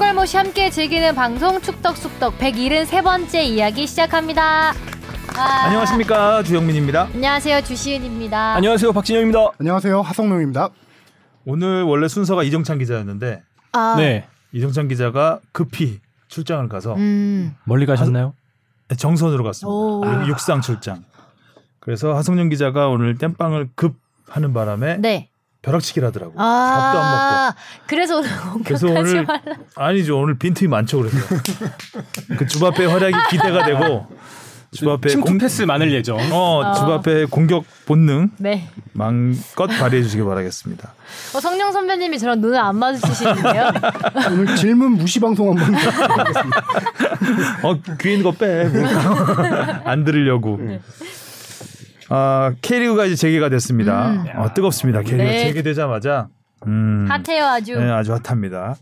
여럿이 함께 즐기는 방송 축덕숙덕 173번째 이야기 시작합니다. 와. 안녕하십니까 주영민입니다. 안녕하세요. 주시은입니다. 아. 안녕하세요 박진영입니다. 안녕하세요 하성룡입니다. 오늘 원래 순서가 이정찬 기자였는데 아, 네. 이정찬 기자가 급히 출장을 가서 음. 멀리 가셨나요? 정선으로 갔습니다. 오. 아. 육- 육상 출장. 그래서 하성룡 기자가 오늘 땜빵을 급 하는 바람에 네. 벼락치기를 하더라고. 요 밥도 안 먹고. 아, 그래서 오늘 그래서 공격하지 오늘 말 아니죠 오늘 빈틈이 많죠 그래서 그 주바페 활약이 기대가 되고 주바페 침투 패스 많을 예정. 어 주바페 공격 본능 네. 마음껏 발휘해 주시기 바라겠습니다. 어, 성령 선배님이 저랑 눈을 안 마주치시는데요? 오늘 질문 무시 방송 한번 어 귀인 거 빼. 뭐. 안 들으려고. 네. 아 K리그가 이제 재개가 됐습니다. 어, 뜨겁습니다. K리그 가 음. 네. 재개되자마자 음, 핫해요, 아주. 네, 아주 핫합니다.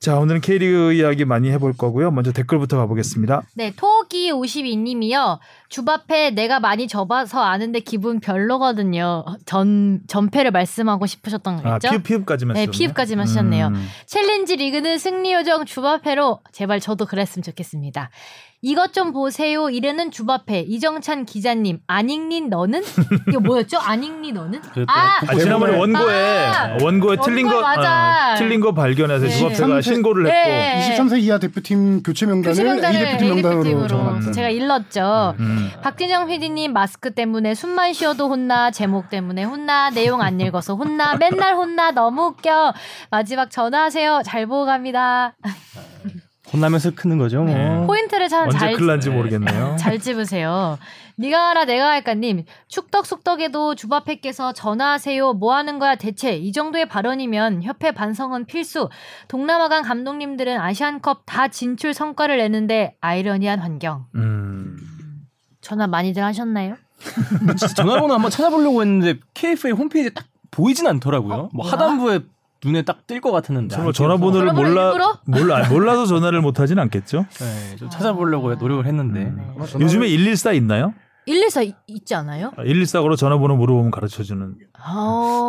자 오늘은 K리그 이야기 많이 해볼 거고요. 먼저 댓글부터 가보겠습니다. 네, 토기 52님이요. 주바페 내가 많이 접어서 아는데 기분 별로거든요. 전 전패를 말씀하고 싶으셨던 아 거겠죠? 피읍 피읍까지만. 네, 쓰셨네요. 피읍까지만 하셨네요. 음. 챌린지 리그는 승리 요정 주바페로 제발 저도 그랬으면 좋겠습니다. 이것 좀 보세요. 이래는 주바페 이정찬 기자님 안익니 너는 이게 뭐였죠? 안익니 너는? 아그 아, 지난번에 원고에 아, 원고에 틀린 거 원고 맞아. 어, 틀린 거 발견해서 네. 주바페가 신고를 했고 네. 23세 이하 대표팀 교체 명단을 A 대표팀 명단으로 적어놨다. 로 제가 일렀죠. 음. 박진영 PD님 마스크 때문에 숨만 쉬어도 혼나 제목 때문에 혼나 내용 안 읽어서 혼나 맨날 혼나 너무 웃겨 마지막 전화하세요 잘 보고 갑니다 어. 혼나면서 크는 거죠. 뭐. 포인트를 참 언제 아, 잘 큰일 난지 모르겠네요. 잘 집으세요. 네가 알아 내가 할까님 축덕 숙덕에도 주바페께서 전화하세요. 뭐 하는 거야 대체 이 정도의 발언이면 협회 반성은 필수. 동남아간 감독님들은 아시안컵 다 진출 성과를 내는데 아이러니한 환경. 음. 전화 많이들 하셨나요? 진짜 전화번호 한번 찾아보려고 했는데 KFA 홈페이지에 딱 보이진 않더라고요. 어? 뭐 하단부에 눈에 딱 뜰 것 같았는데. 설마 안 전화번호를 전화번호 몰라 일부러? 몰라 몰라서 전화를 못 하진 않겠죠? 띄어서. 네, 좀 찾아보려고 노력을 했는데. 음. 요즘에 114 있나요? 114 이- 있지 않아요? 114로 전화번호 물어보면 가르쳐 주는. 네. 어.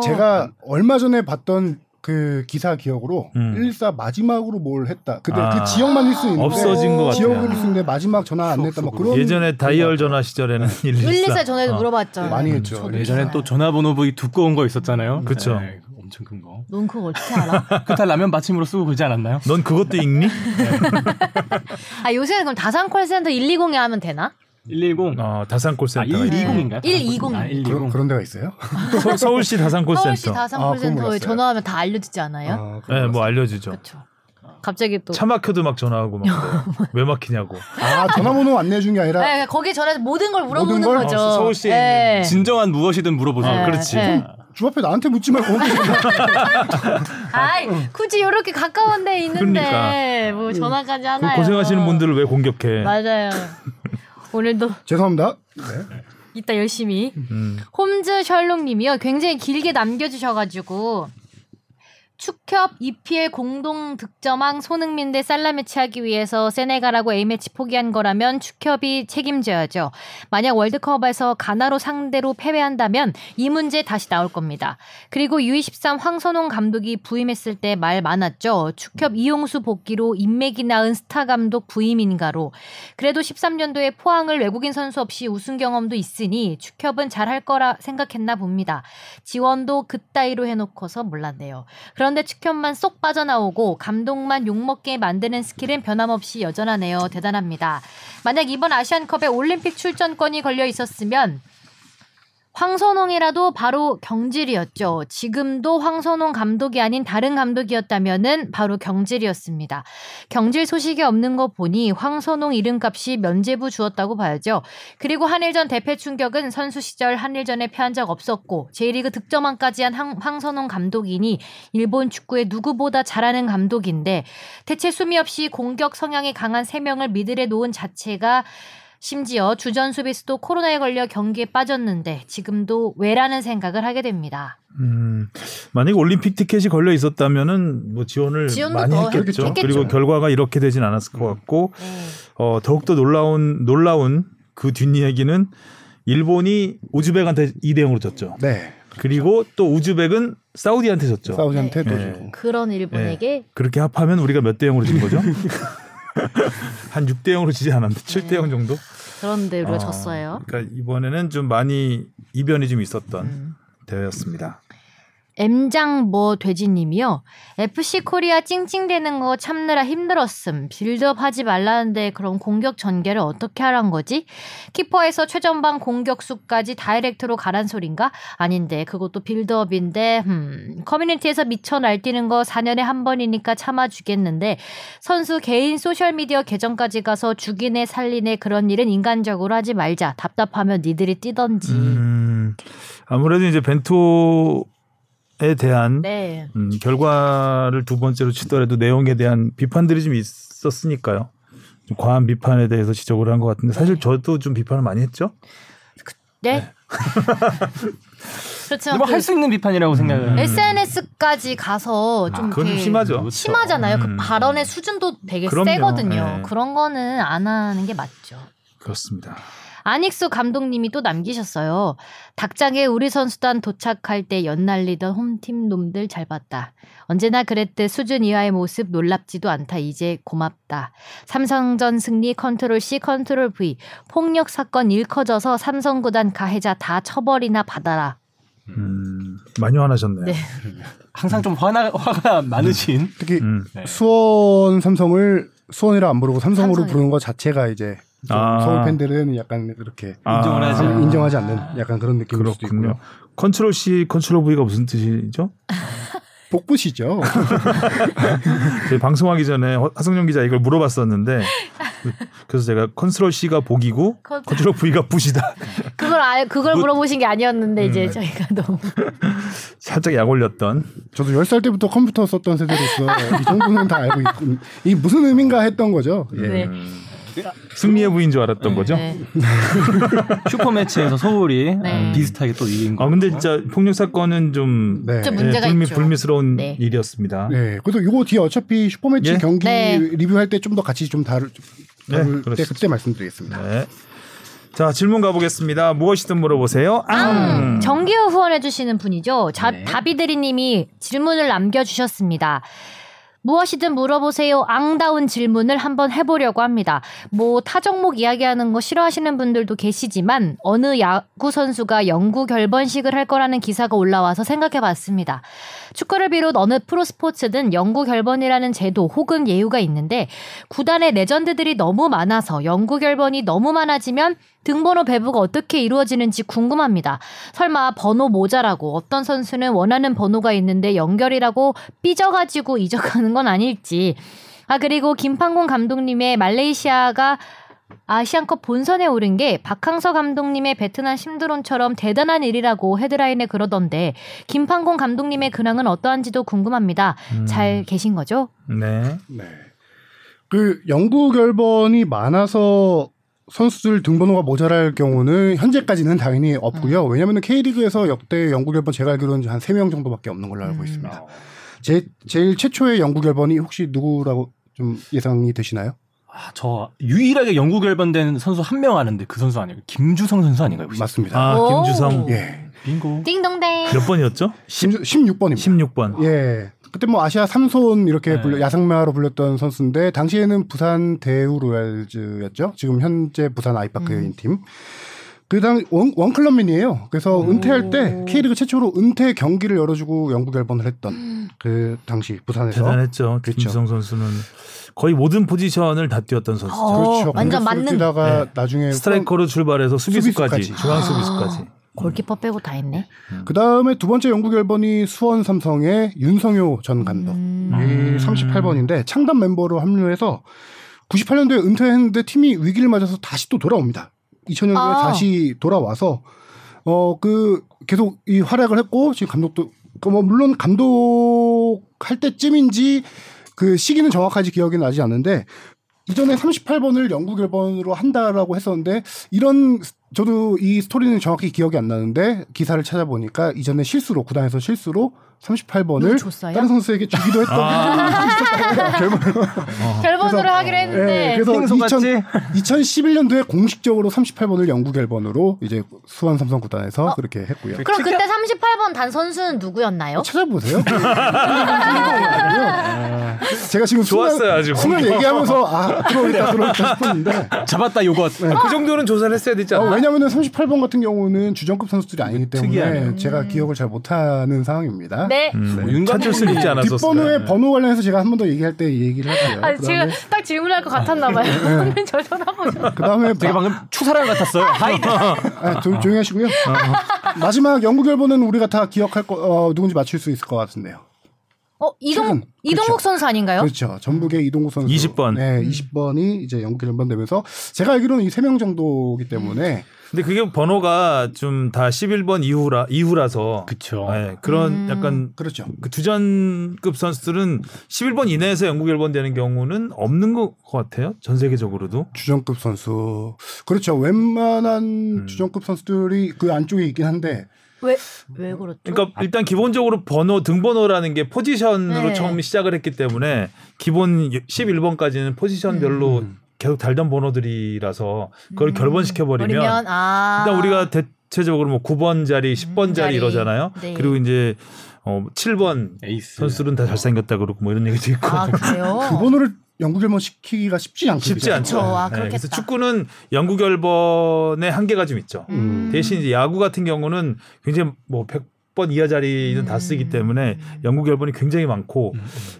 아. 제가 얼마 전에 봤던 그 기사 기억으로 음. 114 마지막으로 뭘 했다. 근데 아. 그 지역만 일 수 있는데 없어진 것 지역을 같아요. 쓰는데 마지막 전화 안 냈다 막 그런 네. 예전에 다이얼 전화 시절에는 114. 114 전화해서 물어봤잖아요. 많이 했죠. 그 예전에 또 전화번호북이 두꺼운 거 있었잖아요. 음. 그쵸. 네, 엄청 큰 거. 넌 그거 어떻게 알아? 그탈 라면 받침으로 쓰고 그러지 않았나요? 넌 그것도 읽니? 아 요새는 그럼 다산 콜센터 120에 하면 되나? 110. 어, 다산 아, 콜센터. 120인가요? 120. 아, 120. 그런, 그런 데가 있어요? 서울시 다산 서울시 콜센터. 다산 아, 그건 콜센터에 몰랐어요. 전화하면 다 알려주지 않아요? 아, 예, 그런 거 뭐 알려주죠. 그렇죠. 갑자기 또 차 막혀도 막 전화하고 막 왜 막히냐고. 같아요. 아 전화번호 안 내준 게 아니라 네, 거기에 전화해서 모든 걸 물어보는 모든 걸? 거죠. 어, 서울시에 아, 네. 진정한 무엇이든 물어보세요. 네, 그렇지. 네. 주앞에 나한테 묻지 말고 어. 아이, 굳이 이렇게 가까운 데 있는데 그러니까. 음. 뭐 전화까지 그 하나요? 고생하시는 분들을 왜 공격해? 맞아요. 오늘도 죄송합니다. 네. 이따 열심히 음. 홈즈 셜록님이요. 굉장히 길게 남겨주셔가지고 축협 EPL 공동 득점왕 손흥민 대 살라매치 하기 위해서 세네갈하고 A매치 포기한 거라면 축협이 책임져야죠. 만약 월드컵에서 가나로 상대로 패배한다면 이 문제 다시 나올 겁니다. 그리고 U23 황선홍 감독이 부임했을 때 말 많았죠. 축협 이용수 복귀로 인맥이 나은 스타 감독 부임인가로. 그래도 13년도에 포항을 외국인 선수 없이 우승 경험도 있으니 축협은 잘할 거라 생각했나 봅니다. 지원도 그따위로 해놓고서 몰랐네요. 그런데 축협만 쏙 빠져나오고 감독만 욕먹게 만드는 스킬은 변함없이 여전하네요. 대단합니다. 만약 이번 아시안컵에 올림픽 출전권이 걸려 있었으면 황선홍이라도 바로 경질이었죠. 지금도 황선홍 감독이 아닌 다른 감독이었다면은 바로 경질이었습니다. 경질 소식이 없는 거 보니 황선홍 이름값이 면제부 주었다고 봐야죠. 그리고 한일전 대패 충격은 선수 시절 한일전에 패한 적 없었고 J리그 득점왕까지 한 황- 황선홍 감독이니 일본 축구에 누구보다 잘하는 감독인데 대체 수미 없이 공격 성향이 강한 세명을 미들에 놓은 자체가 심지어 주전 수비수도 코로나에 걸려 경기에 빠졌는데 지금도 왜라는 생각을 하게 됩니다. 음, 만약에 올림픽 티켓이 걸려 있었다면은 뭐 지원을 지원도 많이 더 했겠죠. 했겠죠. 네. 그리고 결과가 이렇게 되진 않았을 것 같고 어, 더욱더 놀라운 놀라운 그 뒷이야기는 일본이 우즈벡한테 2대 0으로 졌죠. 네. 그리고 또 우즈벡은 사우디한테 졌죠. 사우디한테 또 네. 지고. 그런 일본에게 그렇게 합하면 우리가 몇 대 0으로 진 거죠? 한 6대 0으로 지지 않았는데 7대 0 정도? 네. 그런데 우리가 어, 졌어요. 그러니까 이번에는 좀 많이 이변이 좀 있었던 음. 대회였습니다. M장 뭐 돼지님이요. FC 코리아 찡찡대는 거 참느라 힘들었음. 빌드업 하지 말라는데 그럼 공격 전개를 어떻게 하란 거지? 키퍼에서 최전방 공격수까지 다이렉트로 가란 소린가? 아닌데 그것도 빌드업인데 음, 커뮤니티에서 미쳐 날뛰는 거 4년에 한 번이니까 참아주겠는데 선수 개인 소셜미디어 계정까지 가서 죽이네 살리네 그런 일은 인간적으로 하지 말자. 답답하면 니들이 뛰던지. 음, 아무래도 이제 벤토에 대한 네. 음, 결과를 두 번째로 치더라도 내용에 대한 비판들이 좀 있었으니까요. 좀 과한 비판에 대해서 지적을 한 것 같은데 사실 저도 좀 비판을 많이 했죠. 네. 그렇지만 그 뭐할 수 있는 비판이라고 생각을. 음. 해요. SNS까지 가서 좀 음. 아, 그건 좀 이렇게 심하죠. 심하잖아요. 음. 그 발언의 수준도 되게 그럼요. 세거든요. 네. 그런 거는 안 하는 게 맞죠. 그렇습니다. 안익수 감독님이 또 남기셨어요. 닭장에 우리 선수단 도착할 때 연날리던 홈팀 놈들 잘 봤다. 언제나 그랬듯 수준 이하의 모습 놀랍지도 않다. 이제 고맙다. 삼성전 승리 컨트롤 C 컨트롤 V 폭력 사건 일커져서 삼성 구단 가해자 다 처벌이나 받아라. 음, 많이 화나셨네요. 네. 항상 좀 화나, 화가 많으신. 특히 음. 네. 수원 삼성을 수원이라 안 부르고 삼성으로 삼성이요. 부르는 것 자체가 이제 좀 아. 서울 팬들은 약간 그렇게 인정을 아, 하지. 참 인정하지 않는 약간 그런 느낌일 수도 그렇군요. 있고요. 컨트롤 C, 컨트롤 V가 무슨 뜻이죠? 복붙이죠. 저희 방송하기 전에 허- 하성룡 기자 이걸 물어봤었는데 그래서 제가 컨트롤 C가 복이고 컨- 컨트롤 V가 붓이다. 음, 네. 그걸 아, 그걸 물어보신 게 아니었는데 이제 저희가 너무 살짝 약 올렸던 저도 10살 때부터 컴퓨터 썼던 세대로서 이 정도는 다 알고 있고 이게 무슨 의미인가 했던 거죠. 예. 네. 승리의 부인 줄 알았던 거죠. 네. 슈퍼매치에서 서울이 네. 어, 비슷하게 또 이긴 거. 아 근데 진짜 폭력 사건은 좀 네. 좀 문제가 불미, 있죠. 불미스러운 네. 일이었습니다. 네. 그래도 이거 뒤에 어차피 슈퍼매치 예? 경기 네. 리뷰할 때 좀 더 같이 좀 다룰, 네, 다룰 때 그렇습니다. 그때 말씀드리겠습니다. 네. 자 질문 가보겠습니다. 무엇이든 물어보세요. 앙. 정기호 후원해주시는 분이죠. 자, 네. 다비드리님이 질문을 남겨주셨습니다. 무엇이든 물어보세요. 앙다운 질문을 한번 해보려고 합니다. 뭐 타종목 이야기하는 거 싫어하시는 분들도 계시지만 어느 야구 선수가 영구 결번식을 할 거라는 기사가 올라와서 생각해봤습니다. 축구를 비롯 어느 프로 스포츠든 영구 결번이라는 제도 혹은 예우가 있는데 구단의 레전드들이 너무 많아서 영구 결번이 너무 많아지면 등번호 배부가 어떻게 이루어지는지 궁금합니다. 설마 번호 모자라고 어떤 선수는 원하는 번호가 있는데 연결이라고 삐져가지고 이적하는 건 아닐지. 아 그리고 김판곤 감독님의 말레이시아가 아시안컵 본선에 오른 게 박항서 감독님의 베트남 심드론처럼 대단한 일이라고 헤드라인에 그러던데 김판곤 감독님의 근황은 어떠한지도 궁금합니다. 음. 잘 계신 거죠? 네. 네. 그 연구 결번이 많아서 선수들 등번호가 모자랄 경우는 현재까지는 당연히 없고요. 왜냐하면 K리그에서 역대 연구 결번 제가 알기로는 한 3명 정도밖에 없는 걸로 알고 음. 있습니다. 제, 제일 최초의 연구 결번이 혹시 누구라고 좀 예상이 되시나요? 아, 저 유일하게 영구 결번된 선수 한 명 아는데 그 선수 아니에요. 김주성 선수 아닌가요? 혹시? 맞습니다. 아 오. 김주성 예. 빙고. 음. 띵동댕. 몇 번이었죠? 16번입니다. 16번. 예. 그때 뭐 아시아 삼손 이렇게 네. 불려 야상마로 불렸던 선수인데 당시에는 부산 대우 로얄즈였죠. 지금 현재 부산 아이파크인 음. 팀. 그당 원 클럽맨이에요. 그래서 은퇴할 때 K리그 최초로 은퇴 경기를 열어주고 영구 결번을 했던 그 당시 부산에서 음. 대단했죠. 그렇죠. 김주성 선수는 거의 모든 포지션을 다 뛰었던 선수죠. 어, 완전 공격수로 맞는. 그렇죠. 뛰다가 네. 나중에 스트라이커로 출발해서 수비수까지, 수비수까지. 아. 중앙 수비수까지. 골키퍼 빼고 다 했네. 그 다음에 두 번째 연구 결번이 수원 삼성의 윤성효 전 감독. 음. 이 예, 38번인데 창단 멤버로 합류해서 98년도에 은퇴했는데 팀이 위기를 맞아서 다시 또 돌아옵니다. 2000년도에 아. 다시 돌아와서 어 그 계속 이 활약을 했고 지금 감독도 그뭐 물론 감독 할 때쯤인지 그 시기는 정확하지 기억이 나지 않는데 이전에 38번을 영구 결번으로 한다라고 했었는데 이런 스- 저도 이 스토리는 정확히 기억이 안 나는데 기사를 찾아보니까 이전에 실수로 구단에서 실수로 38번을 줬어요? 다른 선수에게 주기도 했던 결말로. 어. 결번으로 하기로 네, 했는데 그래서 핑소 같지? 2011년도에 공식적으로 38번을 영구 결번으로 이제 수원 삼성 어, 구단에서 그렇게 했고요. 그럼 그때 38번 단 선수는 누구였나요? 찾아보세요. 네. 제가 지금 좋았어요, 아주. 순간 얘기하면서 아 들어오겠다 들어오겠다 싶었는데 잡았다 아, 요것. 그 정도는 조사를 했어야 되지 어, 않나? 왜냐하면 38번 같은 경우는 주전급 선수들이 아니기 때문에 특이하네요. 음. 제가 기억을 잘 못하는 상황입니다. 네. 윤관철슬 음, 있지 않았었어. 뒷번호의 번호 관련해서 제가 한 번 더 얘기할 때 얘기를 할게요. 아, 지금 어, 그다음에, 네. 딱 질문할 것 같았나 봐요. 저는 저 전화번호. 그다음에 네. 되게 마- 방금 추사랑 같았어요. 하이드. 아, 조, 조용히 하시고요. 어, 마지막 연구 결과는 우리가 다 기억할 거 어, 누군지 맞출 수 있을 것 같은데요. 어, 이동 최근. 이동국 그렇죠. 선수 아닌가요? 그렇죠. 전북의 이동구 선수. 음. 20번. 네, 20번이 이제 연구 결번되면서 제가 알기로는 이 세 명 정도기 음. 때문에 근데 그게 번호가 좀 다 11번 이후라 이후라서 그쵸. 예, 그런 음. 약간 그렇죠. 그 두전급 선수들은 11번 이내에서 영국 1번 되는 경우는 없는 것 같아요. 전 세계적으로도. 주전급 선수. 그렇죠. 웬만한 음. 주전급 선수들이 그 안쪽에 있긴 한데 왜 왜 그렇죠? 그러니까 일단 기본적으로 번호 등번호라는 게 포지션으로 네. 처음 시작을 했기 때문에 기본 11번까지는 음. 포지션별로 계속 달던 번호들이라서 그걸 결번시켜 버리면 버리면 아. 음, 일단 우리가 대체적으로 뭐 9번 자리, 10번 자리 자리. 이러잖아요. 네. 그리고 이제 어 7번 에이스. 선수들은 다 잘생겼다 그러고 뭐 이런 얘기도 있고. 아, 그래요. 그 번호를 연구 결번 시키기가 쉽지 않거든요. 쉽지 않죠. 네, 그렇죠. 아, 그래서 그렇겠다. 축구는 영구 결번의 한계가 좀 있죠. 음. 대신 이제 야구 같은 경우는 굉장히 뭐 100번 이하 자리는 다 음. 쓰기 때문에 영구 결번이 굉장히 많고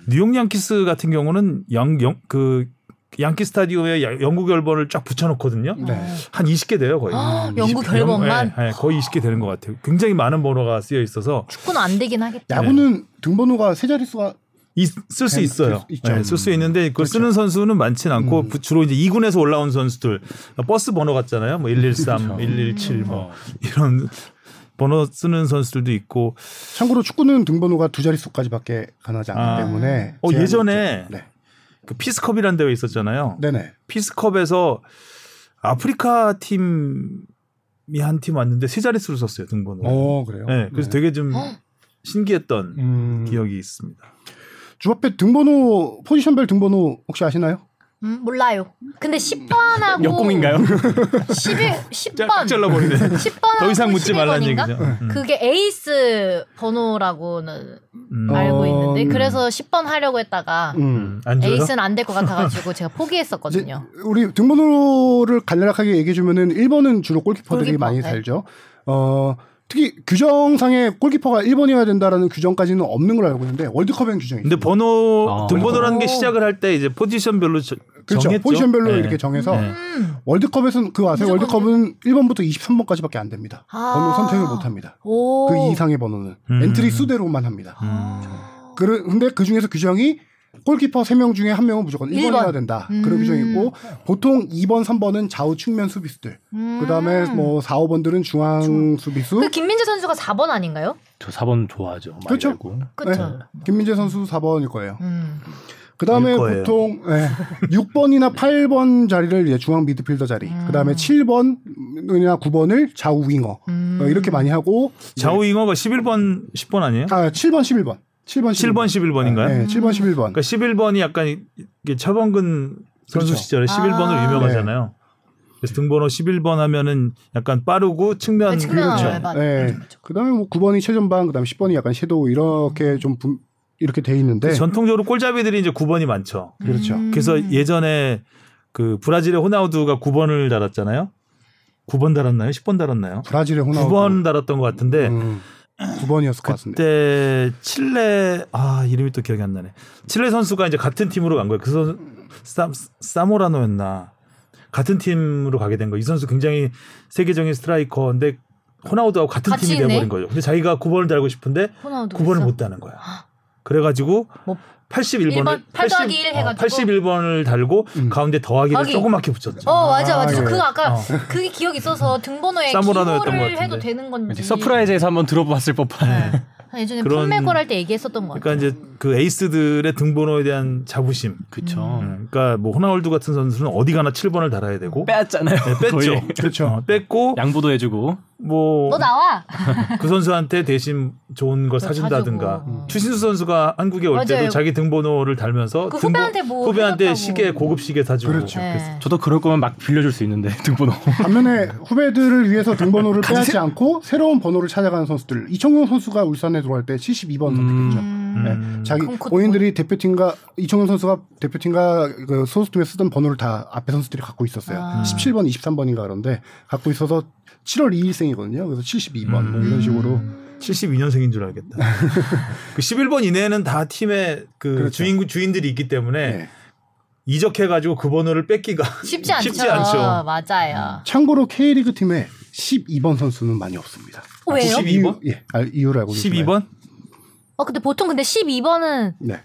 뉴욕 양키스 같은 경우는 양그 양키 스타디움에 야- 영구 결번을 쫙 붙여놓거든요. 네. 한 20개 돼요 거의. 아, 영구 20 결번만? 예, 예, 거의 20개 되는 것 같아요. 굉장히 많은 번호가 쓰여 있어서 축구는 안 되긴 하겠다. 야구는 네. 등번호가 세 자릿수가 쓸 수 네, 있어요. 예, 쓸 수 있죠. 그렇죠. 음. 쓸 수 있는데 그걸 쓰는 선수는 많진 않고 부- 주로 이제 2군에서 올라온 선수들 버스 번호 같잖아요. 뭐 113, 그렇죠. 117 어, 뭐 음. 이런 번호 쓰는 선수들도 있고 참고로 축구는 등번호가 두 자릿수까지밖에 가능하지 않기 아. 때문에 어, 제한이 예전에 있죠. 네. 그 피스컵이라는 대회 있었잖아요. 네네. 피스컵에서 아프리카 팀이 한 팀 왔는데 세 자릿수를 썼어요 등번호. 어 그래요. 네, 그래서 되게 음. 좀 신기했던 음. 기억이 있습니다. 주합회 등번호 포지션별 등번호 혹시 아시나요? 음, 몰라요. 근데 10번하고 역공인가요? 11 짝 10번. 잘라버리네. 10번하고 더 이상 묻지 말라는 얘기죠. 그 음. 그게 에이스 번호라고는 음. 알고 있는데 음. 그래서 10번 하려고 했다가 음. 안 줘요? 에이스는 안 될 것 같아가지고 제가 이제 포기했었거든요. 우리 등번호를 간략하게 얘기해 주면은 1번은 주로 골키퍼들이 골키퍼, 많이 네. 살죠. 어 특히 규정상에 골키퍼가 1번이어야 된다라는 규정까지는 없는 걸로 알고 있는데 월드컵엔 규정이 근데 번호 아, 등번호라는 게 오. 시작을 할 때 이제 포지션별로 저- 그렇죠. 정했죠. 포지션별로 네. 이렇게 정해서 네. 음. 월드컵에서는 그거 아세요? 무조건 네. 월드컵은 1번부터 23번까지밖에 안 됩니다. 아. 번호 선택을 못 합니다. 오. 그 이상의 번호는 음. 엔트리 수대로만 합니다. 아. 그러, 근데 그 중에서 규정이 골키퍼 3명 중에 한명은 무조건 1번이어야 1번. 된다. 음. 그런 규정이 있고 보통 2번, 3번은 좌우 측면 수비수들. 음. 그다음에 뭐 4, 5번들은 중앙 수비수. 그 김민재 선수가 4번 아닌가요? 저 4번 좋아하죠. 뭐 많이 그쵸? 알고. 그렇죠. 네. 김민재 선수 4번일 거예요. 음. 그다음에 일 거예요. 보통 예, 6번이나 8번 자리를 이제 중앙 미드필더 자리. 그다음에 7번이나 9번을 좌우 윙어. 음. 어, 이렇게 많이 하고 좌우 잉어가 11번 10번 아니에요? 아, 7번, 11번. 7번, 7번 11번인가요? 네, 7번, 11번. 그러니까 11번이 약간 이게 철범근 선수 그렇죠. 네. 시절에 11번으로 아. 유명하잖아요. 그래서 등번호 11번 하면은 약간 빠르고 측면 그렇죠. 네, 측면 알바. 네. 그다음에 뭐 9번이 최전방, 그다음에 10번이 약간 섀도우 이렇게 좀 분- 이렇게 돼 있는데 그 전통적으로 골잡이들이 이제 9번이 많죠. 그렇죠. 음. 그래서 예전에 그 브라질의 호나우두가 9번을 달았잖아요. 9번 달았나요? 10번 달았나요? 브라질의 호나우두 음, 9번 달았던 것 같은데 9번이었을 것 같은데. 그때 칠레 아 이름이 또 기억이 안 나네. 칠레 선수가 이제 같은 팀으로 간 거예요. 그래서 사모라노였나 같은 팀으로 가게 된 거예요. 이 선수 굉장히 세계적인 스트라이커인데 호나우드하고 같은 같이 팀이 있네. 돼버린 거죠. 근데 자기가 9번을 달고 싶은데 호나우두 9번을 있어? 못 다는 거야. 그래가지고 뭐 81번을 어, 일번, 팔 더하기 일 해가지고. 81번을 달고 음. 가운데 더하기를 더하기. 조그맣게 붙였죠. 어 맞아 맞아. 아, 저 예. 그거 아까 어. 그게 기억이 있어서 등번호에 사무라노였던 것 기호를 같은데. 해도 되는 건지. 이제 서프라이즈에서 한번 들어봤을 법한. 음. 네. 예전에 그런- 판매골 할 때 얘기했었던 것 같아요. 그러니까 이제 그 에이스들의 등번호에 대한 자부심. 그쵸. 음, 그러니까 뭐 호나우두 같은 선수는 어디 가나 7번을 달아야 되고 빼앗잖아요. 네, 뺐죠. 거의. 그렇죠. 어, 뺐고 양보도 해주고. 뭐 너 그 나와. 선수한테 대신 좋은 걸 너 사준다든가 사주고. 음. 추신수 선수가 한국에 올 때도 맞아요. 자기 등번호를 달면서 그 후배한테 뭐 후배한테 해줬다고. 시계 고급 시계 사주고 그렇죠. 네. 저도 그럴 거면 막 빌려줄 수 있는데 등번호. 반면에 후배들을 위해서 등번호를 빼앗지 않고 새로운 번호를 찾아가는 선수들. 이청용 선수가 울산에 들어갈 때 72번 선택했죠. 음. 네. 음. 자기 그럼 곧 본인들이 대표팀과 이청용 선수가 대표팀과 그 소속팀에 쓰던 번호를 다 앞에 선수들이 갖고 있었어요. 아. 17번, 23번인가 그런데 갖고 있어서 7월 2일생이거든요. 그래서 72번 뭐 음. 이런 식으로 72년생인 줄 알겠다. 그 11번 이내에는 다 팀의 그 그렇죠. 주인 주인들이 있기 때문에 네. 이적해가지고 그 번호를 뺏기가 쉽지 않죠. 어, 쉽지 않죠. 맞아요. 참고로 K리그 팀에 12번 선수는 많이 없습니다. 어, 왜요? 12? 이유, 예, 아, 이유를 알고 계시나요? 12번? 어 근데 보통 근데 12번은 네.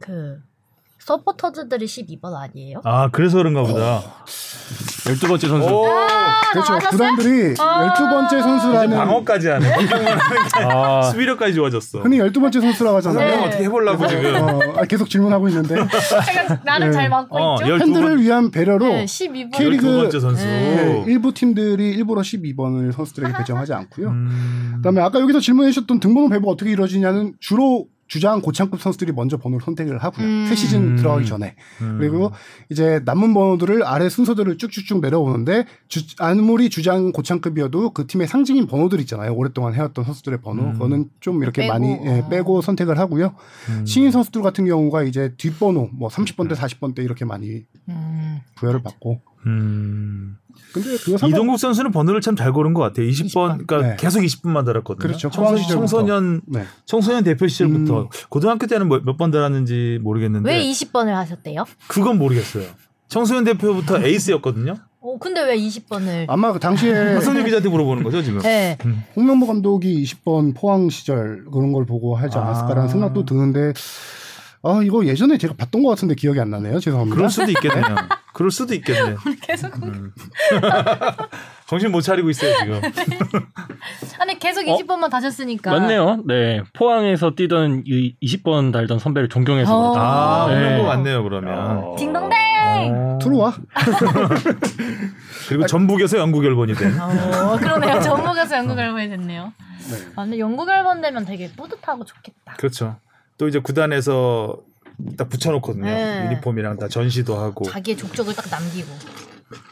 그 서포터즈들이 12번 아니에요? 아 그래서 그런가 보다. 12번째 어. 선수. 오 아, 나 그렇죠. 맞았어요? 구단들이 아. 12번째 선수라는 방어까지 하네. 공격만 하는 게 아니라 아. 수비력까지 좋아졌어. 흔히 12번째 선수라고 네. 하잖아요. 설명 어떻게 해보려고 지금. 어, 아, 계속 질문하고 있는데 제가 나름 네. 잘 맞고 어, 있죠. 열- 12번. 팬들을 위한 배려로 네, 12번. K- K리그- 아, 12번째 선수. 음, 네. 일부 팀들이 일부러 12번을 선수들에게 배정하지 않고요. 음. 그다음에 아까 여기서 질문해 주셨던 등번호 배부가 어떻게 이루어지냐는 주로 주장 고창급 선수들이 먼저 번호를 선택을 하고요. 음. 새 시즌 들어가기 전에. 음. 그리고 이제 남은 번호들을 아래 순서들을 쭉쭉쭉 내려오는데 주, 아무리 주장 고창급이어도 그 팀의 상징인 번호들 있잖아요. 오랫동안 해왔던 선수들의 번호. 음. 그거는 좀 이렇게 빼고. 어. 많이 예, 빼고 선택을 하고요. 음. 네. 신인 선수들 같은 경우가 이제 뒷번호 뭐 30번대 40번대 이렇게 많이 음. 부여를 받고 음. 근데 그거 상관... 이동국 선수는 번호를 참 잘 고른 것 같아요. 20번, 20번. 그러니까 네. 계속 20분만 달았거든요. 그렇죠. 청소, 포항 시절부터. 청소년 네. 청소년 대표 시절부터 고등학교 때는 뭐 몇 번 달았는지 네. 모르겠는데 왜 20번을 하셨대요? 그건 모르겠어요. 청소년 대표부터 에이스였거든요. 어 근데 왜 20번을? 아마 그 당시에 박성준 기자한테 물어보는 거죠 지금. 네. 홍명보 감독이 20번 포항 시절 그런 걸 보고 하지 않았을까라는 아. 생각도 드는데 아 이거 예전에 제가 봤던 것 같은데 기억이 안 나네요 죄송합니다. 그럴 수도 있겠네요. 그럴 수도 있겠네. 계속 음. 정신 못 차리고 있어요 지금. 아니 계속 20번만 그러니까. 다셨으니까. 맞네요. 네. 포항에서 뛰던 이 20번 달던 선배를 존경해서 어. 그렇다. 아 네. 홍명보 맞네요 어. 그러면. 딩동댕. 어. 들어와. 그리고 전북에서 영국 열번이 된. 어, 그러네요. 전무 가서 연극 알바에 됐네요. 네. 아, 근데 연극 알바 되면 되게 뿌듯하고 좋겠다. 그렇죠. 또 이제 구단에서 딱 붙여놓거든요. 네. 유니폼이랑 다 전시도 하고. 자기의 족적을 딱 남기고.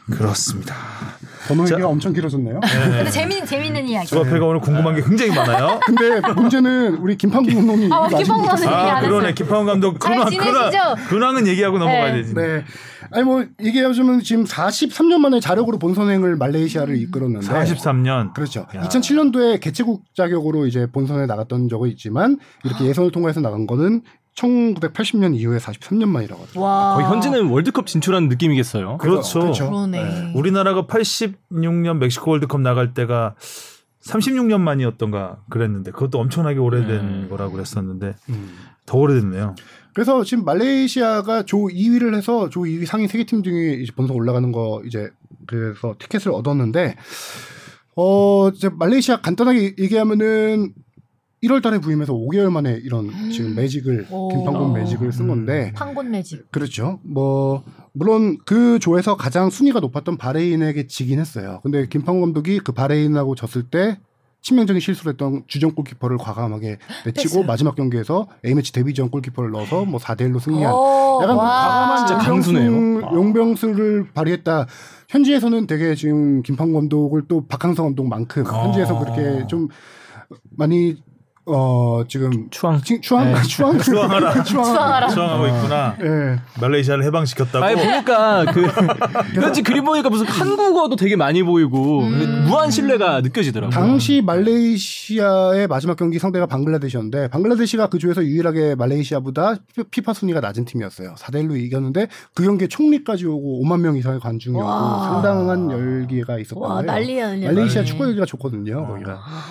네. 그렇습니다. 번호 자- 얘기가 엄청 길어졌네요. 근데 재밌는 재밌는 이야기. 조합회가 오늘 궁금한 게 굉장히 많아요. 근데 문제는 우리 김판국 감독님 아, 이거 아직 김판국 못했어요. 얘기 아 안 그러네 했어요. 김파원 감독 잘 근황 지내시죠? 근황 근황은 얘기하고 넘어가야 네. 되지. 네. 아니 뭐 이게 요즘은 지금 43년 만에 자력으로 본선행을 말레이시아를 이끌었는데 43년. 그렇죠. 야. 2007년도에 개최국 자격으로 이제 본선에 나갔던 적은 있지만 이렇게 아. 예선을 통과해서 나간 거는 1980년 이후에 43년 만이라고 하죠. 와. 거의 현재는 월드컵 진출한 느낌이겠어요. 그렇죠. 그렇죠. 그러네. 우리나라가 86년 멕시코 월드컵 나갈 때가 36년 만이었던가 그랬는데 그것도 엄청나게 오래된 음. 거라고 그랬었는데 더 오래됐네요. 그래서 지금 말레이시아가 조 2위를 해서 조 2위 상위 세개 팀 중에 이제 본선 올라가는 거 이제 그래서 티켓을 얻었는데 어 이제 말레이시아 간단하게 얘기하면은 1월 달에 부임해서 5개월 만에 이런 지금 매직을 오. 김판곤 매직을 쓴 음. 건데 판곤 매직. 그렇죠. 뭐 물론 그 조에서 가장 순위가 높았던 바레인에게 지긴 했어요. 근데 김판곤 감독이 그 바레인하고 졌을 때 치명적인 실수를 했던 주전 골키퍼를 과감하게 뺐어요. 내치고 마지막 경기에서 A매치 데뷔전 골키퍼를 넣어서 뭐 4대 1로 승리한 오, 약간 그 과감한 진짜 강- 용병술- 강수네요. 아. 용병술을 발휘했다. 현지에서는 되게 지금 김판 감독을 또 박항서 감독만큼 아. 현지에서 그렇게 좀 많이 어 지금 추앙. 칭- 추앙 추앙 추앙하라. 추앙 수상하라. 수항하고 있구나. 예. 말레이시아를 해방시켰다고. 아니 뭐 보니까 그 현지 그림 보니까 무슨 한국어도 되게 많이 보이고 무한 신뢰가 느껴지더라고요. 음. 네. 당시 말레이시아의 마지막 경기 상대가 방글라데시였는데 방글라데시가 그 조에서 유일하게 말레이시아보다 피- 피파 순위가 낮은 팀이었어요. 4대 1로 이겼는데 그 경기에 총리까지 오고 5만 명 이상의 관중이 오고 와. 상당한 열기가 와 있었거든요. 난리야 난리. 말레이시아 난리. 축구 열기가 좋거든요. 거기가. 네. 아,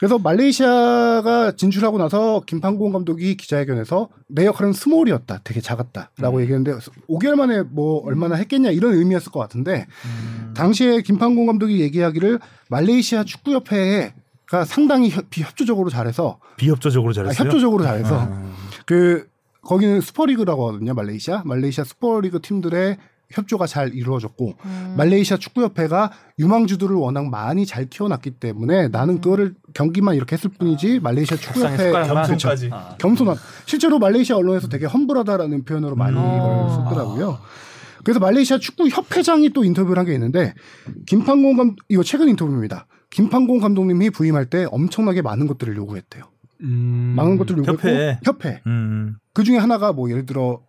그래서 말레이시아가 진출하고 나서 김판곤 감독이 기자회견에서 내 역할은 스몰이었다. 되게 작았다라고 음. 얘기했는데 5개월 만에 뭐 얼마나 했겠냐 이런 의미였을 것 같은데 음. 당시에 김판곤 감독이 얘기하기를 말레이시아 축구협회가 상당히 협, 비협조적으로 잘해서 비협조적으로 아, 잘했어요. 협조적으로 잘해서 그 거기는 스퍼리그라고 하거든요 말레이시아 말레이시아 스퍼리그 팀들의 협조가 잘 이루어졌고 음. 말레이시아 축구협회가 유망주들을 워낙 많이 잘 키워놨기 때문에 나는 그거를 경기만 이렇게 했을 뿐이지 말레이시아 축구협회 숟가락 겸손- 겸손까지. 아, 겸손한 실제로 말레이시아 언론에서 되게 험불하다라는 표현으로 많이 음. 이걸 썼더라고요. 그래서 말레이시아 축구 협회장이 또 인터뷰를 한 게 있는데 김판공 감 이거 최근 인터뷰입니다. 김판공 감독님이 부임할 때 엄청나게 많은 것들을 요구했대요. 음. 많은 것들을 요구했고 협회에. 협회 음. 그 중에 하나가 뭐 예를 들어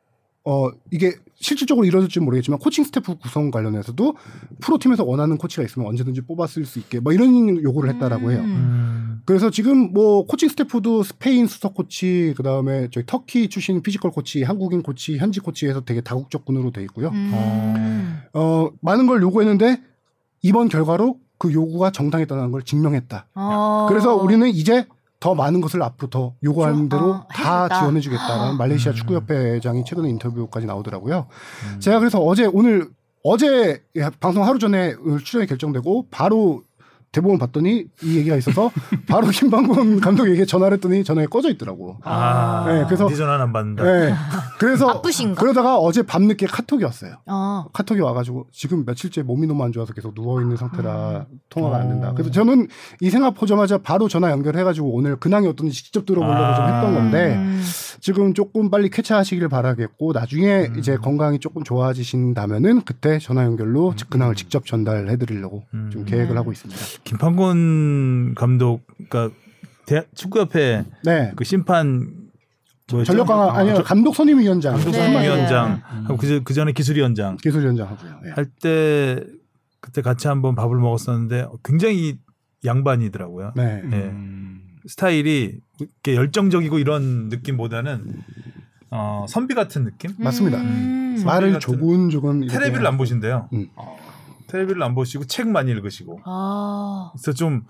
어 이게 실질적으로 이루어질지 는 모르겠지만 코칭 스태프 구성 관련해서도 프로팀에서 원하는 코치가 있으면 언제든지 뽑았을 수 있게 뭐 이런 요구를 했다라고 해요. 음. 음. 그래서 지금 뭐 코칭 스태프도 스페인 수석 코치 그다음에 저희 터키 출신 피지컬 코치, 한국인 코치, 현지 코치에서 되게 다국적군으로 돼 있고요. 음. 어 많은 걸 요구했는데 이번 결과로 그 요구가 정당했다는 걸 증명했다. 어. 그래서 우리는 이제 더 많은 것을 앞으로 더 요구하는 저- 대로 아, 다 해주겠다. 지원해주겠다라는 말레이시아 음. 축구협회장이 최근에 인터뷰까지 나오더라고요. 음. 제가 그래서 어제 오늘 어제 예, 방송 하루 전에 오늘 출연이 결정되고 바로 대본을 봤더니 이 얘기가 있어서 바로 김방곤 감독에게 전화를 했더니 전화가 꺼져 있더라고. 아, 네, 그래서- 네 전화는 안 받는다. 네. 그래서 바쁘신가? 그러다가 어제 밤늦게 카톡이 왔어요. 어. 카톡이 와가지고 지금 며칠째 몸이 너무 안 좋아서 계속 누워 있는 상태라 통화가 안 된다. 어. 그래서 저는 이 생각 보자마자 바로 전화 연결해가지고 오늘 근황이 어떤지 직접 들어보려고 좀 아. 했던 건데 음. 지금 조금 빨리 쾌차하시길 바라겠고 나중에 음. 이제 건강이 조금 좋아지신다면은 그때 전화 연결로 근황을 직접 전달해드리려고 음. 좀 계획을 네. 하고 있습니다. 김판곤 감독, 그러니까 대, 축구협회 네. 그 심판 뭐였죠? 전력 강화 아니요 감독 선임 위원장 감독 네. 선임위원장 음. 하고 그, 그 전에 기술위원장 기술 위원장 하고요. 예. 할 때 그때 같이 한번 밥을 먹었었는데 굉장히 양반이더라고요. 네. 네. 음. 스타일이 이렇게 열정적이고 이런 느낌보다는 어, 선비 같은 느낌? 맞습니다. 음. 말을 같은- 조근조근 이렇게 테레비를 안 보신대요. 어, 음. 테레비를 안 보시고 책 많이 읽으시고 어, 아. 그래서 좀,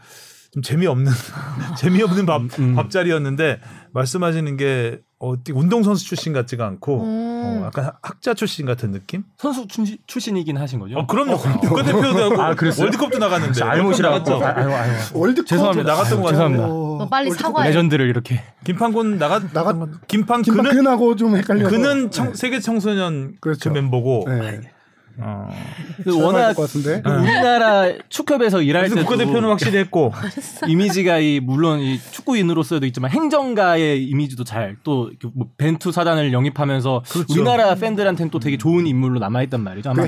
좀 재미없는 재미없는 밥 음. 밥자리였는데 말씀하시는 게 어떻게 운동선수 출신 같지가 않고 음. 어, 약간 학- 학자 출신 같은 느낌? 선수 출신, 출신이긴 하신 거죠? 어 그럼요. 국가대표도 하고 아, 그랬어요? 월드컵도 나갔는데 월드컵 알못이라고. 나갔죠. 아유, 아유. 월드컵 아, 죄송합니다. 나갔던 거 죄송합니다. 뭐 빨리 어, 네. 사과해. 레전드를 이렇게. 김판곤 나갔 나갔- 김판 김 그는 근하고좀 헷갈려. 그는 청- 세계 청소년 그 그렇죠. 멤버고 네. 어, 워낙 워낙 것 같은데. 우리나라 축협에서 일할 그래서 때 국가대표는 확실히 아, 했고 이미지가 이 물론 이 축구인으로서도 있지만 행정가의 이미지도 잘 또뭐 벤투 사단을 영입하면서 그렇죠. 우리나라 팬들한테는 또 되게 좋은 인물로 남아있단 말이죠. 아마 그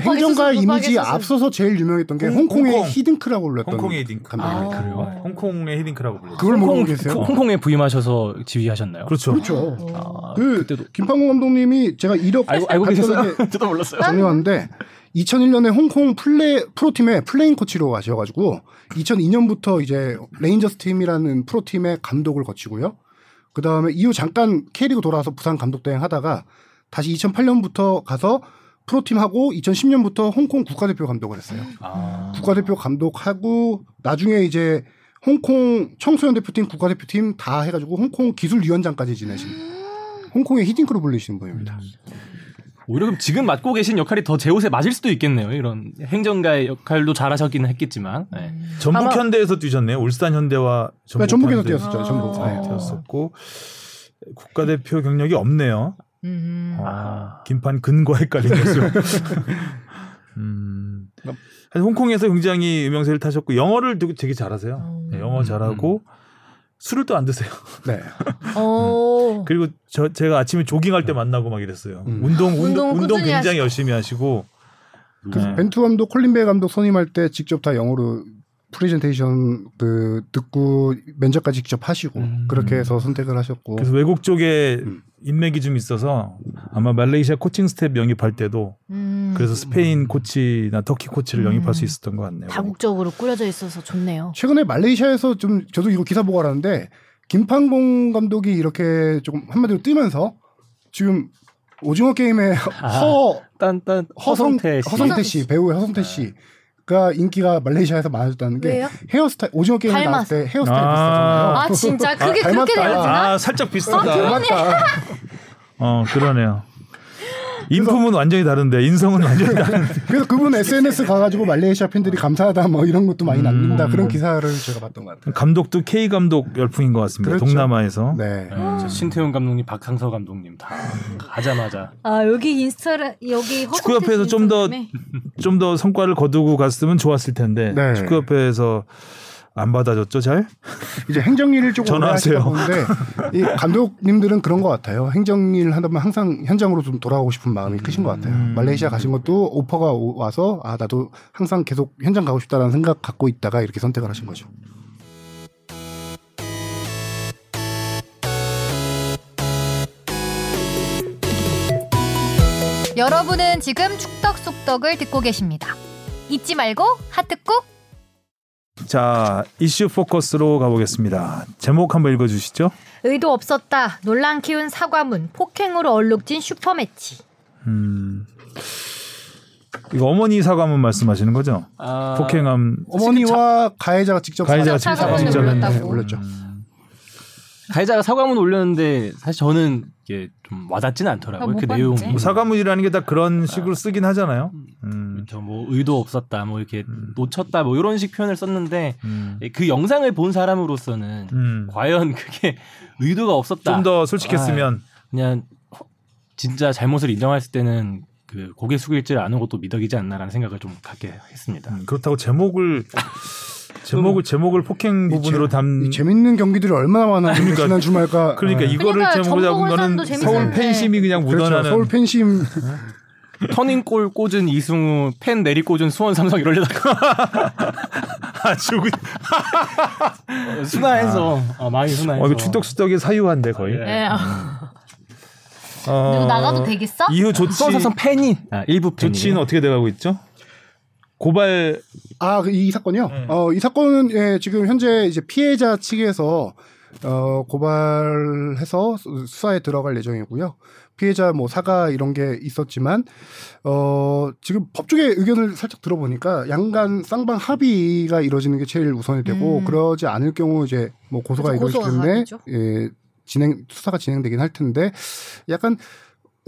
있었어요, 행정가 이미지 있었어요. 앞서서 제일 유명했던 게 홍- 홍콩의 홍콩. 히딩크라고 불렸던 홍콩의 히딩크. 감독님. 아. 그래요? 어, 홍콩의 히딩크라고 불러요. 그걸 모르고 홍콩, 계세요? 그 홍콩에 부임하셔서 지휘하셨나요? 그렇죠. 그렇죠. 어. 아, 그 그때도 김판공 감독님이 제가 이력 알고 알고 계셨어요? 간단하게 저도 몰랐어요. 정리하는데 2001년에 홍콩 플레 프로팀의 플레인 코치로 가셔가지고 2002년부터 이제 레인저스 팀이라는 프로팀의 감독을 거치고요. 그 다음에 이후 잠깐 K리그 돌아와서 부산 감독 대행 하다가 다시 2008년부터 가서 프로팀하고 2010년부터 홍콩 국가대표 감독을 했어요. 아. 국가대표 감독하고 나중에 이제 홍콩 청소년 대표팀 국가대표팀 다 해가지고 홍콩 기술위원장까지 지내신 홍콩의 히딩크로 불리시는 분입니다. 오히려 그럼 지금 맡고 계신 역할이 더 제 옷에 맞을 수도 있겠네요. 이런 행정가의 역할도 잘하셨기는 했겠지만. 네. 음. 전북 아마- 현대에서 뛰셨네요. 울산 현대와 네, 전북, 전북에서 현대. 뛰었었죠. 전북. 아. 네. 뛰었었고 국가대표 경력이 없네요. 음. 아, 김판 근과 헷갈리겠죠. 음. 사실 홍콩에서 굉장히 유명세를 타셨고 영어를 되게, 되게 잘하세요. 음. 네, 영어 잘하고 술을 또 안 드세요. 네. 오. 음. 그리고 저 제가 아침에 조깅할 때 만나고 막 이랬어요. 음. 운동 운동 운동 운동 꾸준히 굉장히 열심히 하시고 그래서 네. 벤투 감독, 콜린베이 감독 선임할 때 직접 다 영어로 프레젠테이션 그 듣고 면접까지 직접 하시고 음. 그렇게 해서 선택을 하셨고 그래서 외국 쪽에 음. 인맥이 좀 있어서 아마 말레이시아 코칭 스텝 영입할 때도 음. 그래서 스페인 코치나 터키 코치를 음. 영입할 수 있었던 것 같네요. 다국적으로 꾸려져 있어서 좋네요. 최근에 말레이시아에서 좀 저도 이거 기사 보고 알았는데 김판공 감독이 이렇게 조금 한마디로 뛰면서 지금 오징어 게임의 허 딴딴 허성태 씨. 허성태 씨 배우 허성태 씨가 인기가 말레이시아에서 많아졌다는 게 왜요? 헤어스타일 오징어 게임 나왔을 때 헤어스타일 아. 비슷하잖아요. 아 진짜 그게 닮았다. 그렇게 되었구나. 아 살짝 비슷하다. 닮았다. 어 그러네요. 인품은 완전히 다른데 인성은 완전히 다른. 그래서 그분 SNS 가가지고 말레이시아 팬들이 감사하다 뭐 이런 것도 많이 음. 남긴다 그런 기사를 제가 봤던 것 같아요. 감독도 K 감독 열풍인 것 같습니다. 그렇죠. 동남아에서. 네. 저 신태용 감독님, 박항서 감독님 다 가자마자 아 여기 인스타를 여기 허 축구협회에서 좀더 네. 좀 더 성과를 거두고 갔으면 좋았을 텐데 네. 축구협회에서 안 받아줬죠 잘. 이제 행정일을 조금 오래 전화하세요. 하시다 보는데 이 감독님들은 그런 것 같아요. 행정일 한다면 항상 현장으로 좀 돌아가고 싶은 마음이 크신 것 같아요. 말레이시아 가신 것도 오퍼가 오- 와서 아 나도 항상 계속 현장 가고 싶다라는 생각 갖고 있다가 이렇게 선택을 하신 거죠. 여러분은 지금 축덕 속덕을 듣고 계십니다. 잊지 말고 하트 꾹. 자 이슈 포커스로 가보겠습니다. 제목 한번 읽어주시죠. 의도 없었다. 논란 키운 사과문. 폭행으로 얼룩진 슈퍼매치. 음. 이거 어머니 사과문 말씀하시는 거죠? 아, 폭행함 어머니와 가해자가 직접 가해자가 사과- 직접 사과문을 직접 올렸다고. 했네. 올렸죠. 가해자가 사과문 올렸는데 사실 저는 이게 좀 와닿지는 아, 않더라고요. 못 그 내용. 봤는데? 뭐 사과문이라는 게 다 그런 식으로 쓰긴 하잖아요. 음. 그렇죠. 뭐 의도 없었다, 뭐 이렇게 놓쳤다, 뭐 이런 식 표현을 썼는데 음. 그 영상을 본 사람으로서는 음. 과연 그게 의도가 없었다. 좀 더 솔직했으면 그냥 허- 진짜 잘못을 인정했을 때는 그 고개 숙일 줄 아는 것도 미덕이지 않나라는 생각을 좀 갖게 했습니다. 음, 그렇다고 제목을 제목을 제목을 폭행 부분으로 담 이 재밌는 경기들이 얼마나 많았는데 지난 주말과 음. 그러니까 네. 이거를 그러니까요. 제목으로 잡은 정보원산도 거는 서울 재밌었는데. 팬심이 그냥 그렇죠. 묻어나는 서울 팬심 터닝골 꽂은 이승우, 팬 내리 꽂은 수원 삼성 이러려다가 아주 그- 순화해서 어, 많이 순화해서 어, 이거 축덕수덕의 사유한데 거의. 네. 어, 누구 나가도 되겠어? 이후 조치 수원 삼성 팬이 아, 일부 팬이 조치는 어떻게 돼가고 있죠? 고발 아, 그 이 사건이요? 네. 어, 이 사건은 예, 지금 현재 이제 피해자 측에서 어, 고발해서 수- 수사에 들어갈 예정이고요. 피해자 뭐 사과 이런 게 있었지만 어, 지금 법 쪽의 의견을 살짝 들어보니까 양간 쌍방 합의가 이루어지는 게 제일 우선이 되고 음. 그러지 않을 경우 이제 뭐 고소가 그래서 고소가 이루어지는데 가겠죠. 예, 진행 수사가 진행되긴 할 텐데 약간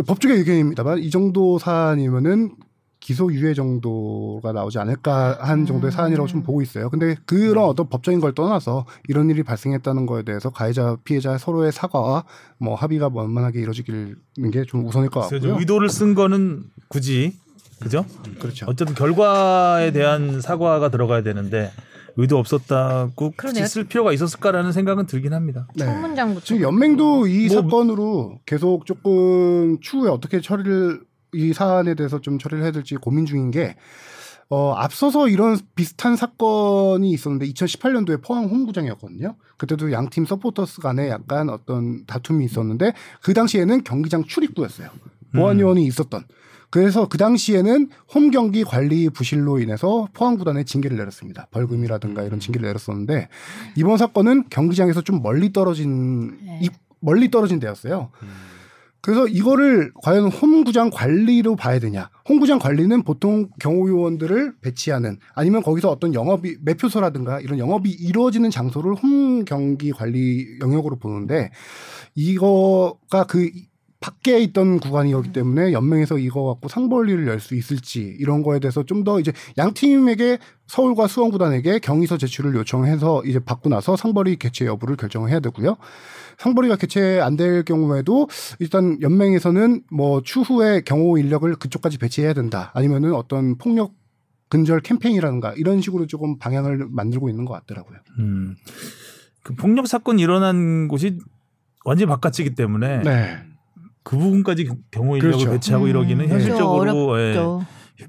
법 쪽의 의견입니다만 이 정도 사안이면은 기소 유예 정도가 나오지 않을까 한 정도의 음. 네. 사안이라고 좀 보고 있어요. 근데 그런 어떤 법적인 걸 떠나서 이런 일이 발생했다는 거에 대해서 가해자 피해자 서로의 사과와 뭐 합의가 원만하게 이루어지는 게 좀 우선일 아, 것 같고요. 그 의도를 쓴 거는 굳이 그죠? 그렇죠. 어쨌든 결과에 대한 사과가 들어가야 되는데 의도 없었다고 굳이 그러네요. 쓸 필요가 있었을까라는 생각은 들긴 합니다. 네. 청문장 지금 구축. 연맹도 이 뭐- 사건으로 계속 조금 추후에 어떻게 처리를 이 사안에 대해서 좀 처리를 해야 될지 고민 중인 게 어, 앞서서 이런 비슷한 사건이 있었는데 2018년도에 포항 홈구장이었거든요. 그때도 양 팀 서포터스 간에 약간 어떤 다툼이 있었는데 그 당시에는 경기장 출입구였어요. 보안 요원이 있었던. 그래서 그 당시에는 홈 경기 관리 부실로 인해서 포항 구단에 징계를 내렸습니다. 벌금이라든가 이런 징계를 내렸었는데 이번 사건은 경기장에서 좀 멀리 떨어진 네. 이- 멀리 떨어진 데였어요. 그래서 이거를 과연 홈구장 관리로 봐야 되냐. 홈구장 관리는 보통 경호요원들을 배치하는 아니면 거기서 어떤 영업이, 매표소라든가 이런 영업이 이루어지는 장소를 홈 경기 관리 영역으로 보는데 이거가 그 밖에 있던 구간이었기 때문에 연맹에서 이거 갖고 상벌리를 열 수 있을지 이런 거에 대해서 좀 더 이제 양 팀에게 서울과 수원 구단에게 경위서 제출을 요청해서 이제 받고 나서 상벌이 개최 여부를 결정해야 되고요. 상벌이가 개최 안 될 경우에도 일단 연맹에서는 뭐 추후에 경호 인력을 그쪽까지 배치해야 된다. 아니면은 어떤 폭력 근절 캠페인이라든가 이런 식으로 조금 방향을 만들고 있는 것 같더라고요. 음. 그 폭력 사건 일어난 곳이 완전히 바깥이기 때문에 네. 그 부분까지 경호 인력을 그렇죠. 배치하고 이러기는 음, 현실적으로 예, 그렇죠.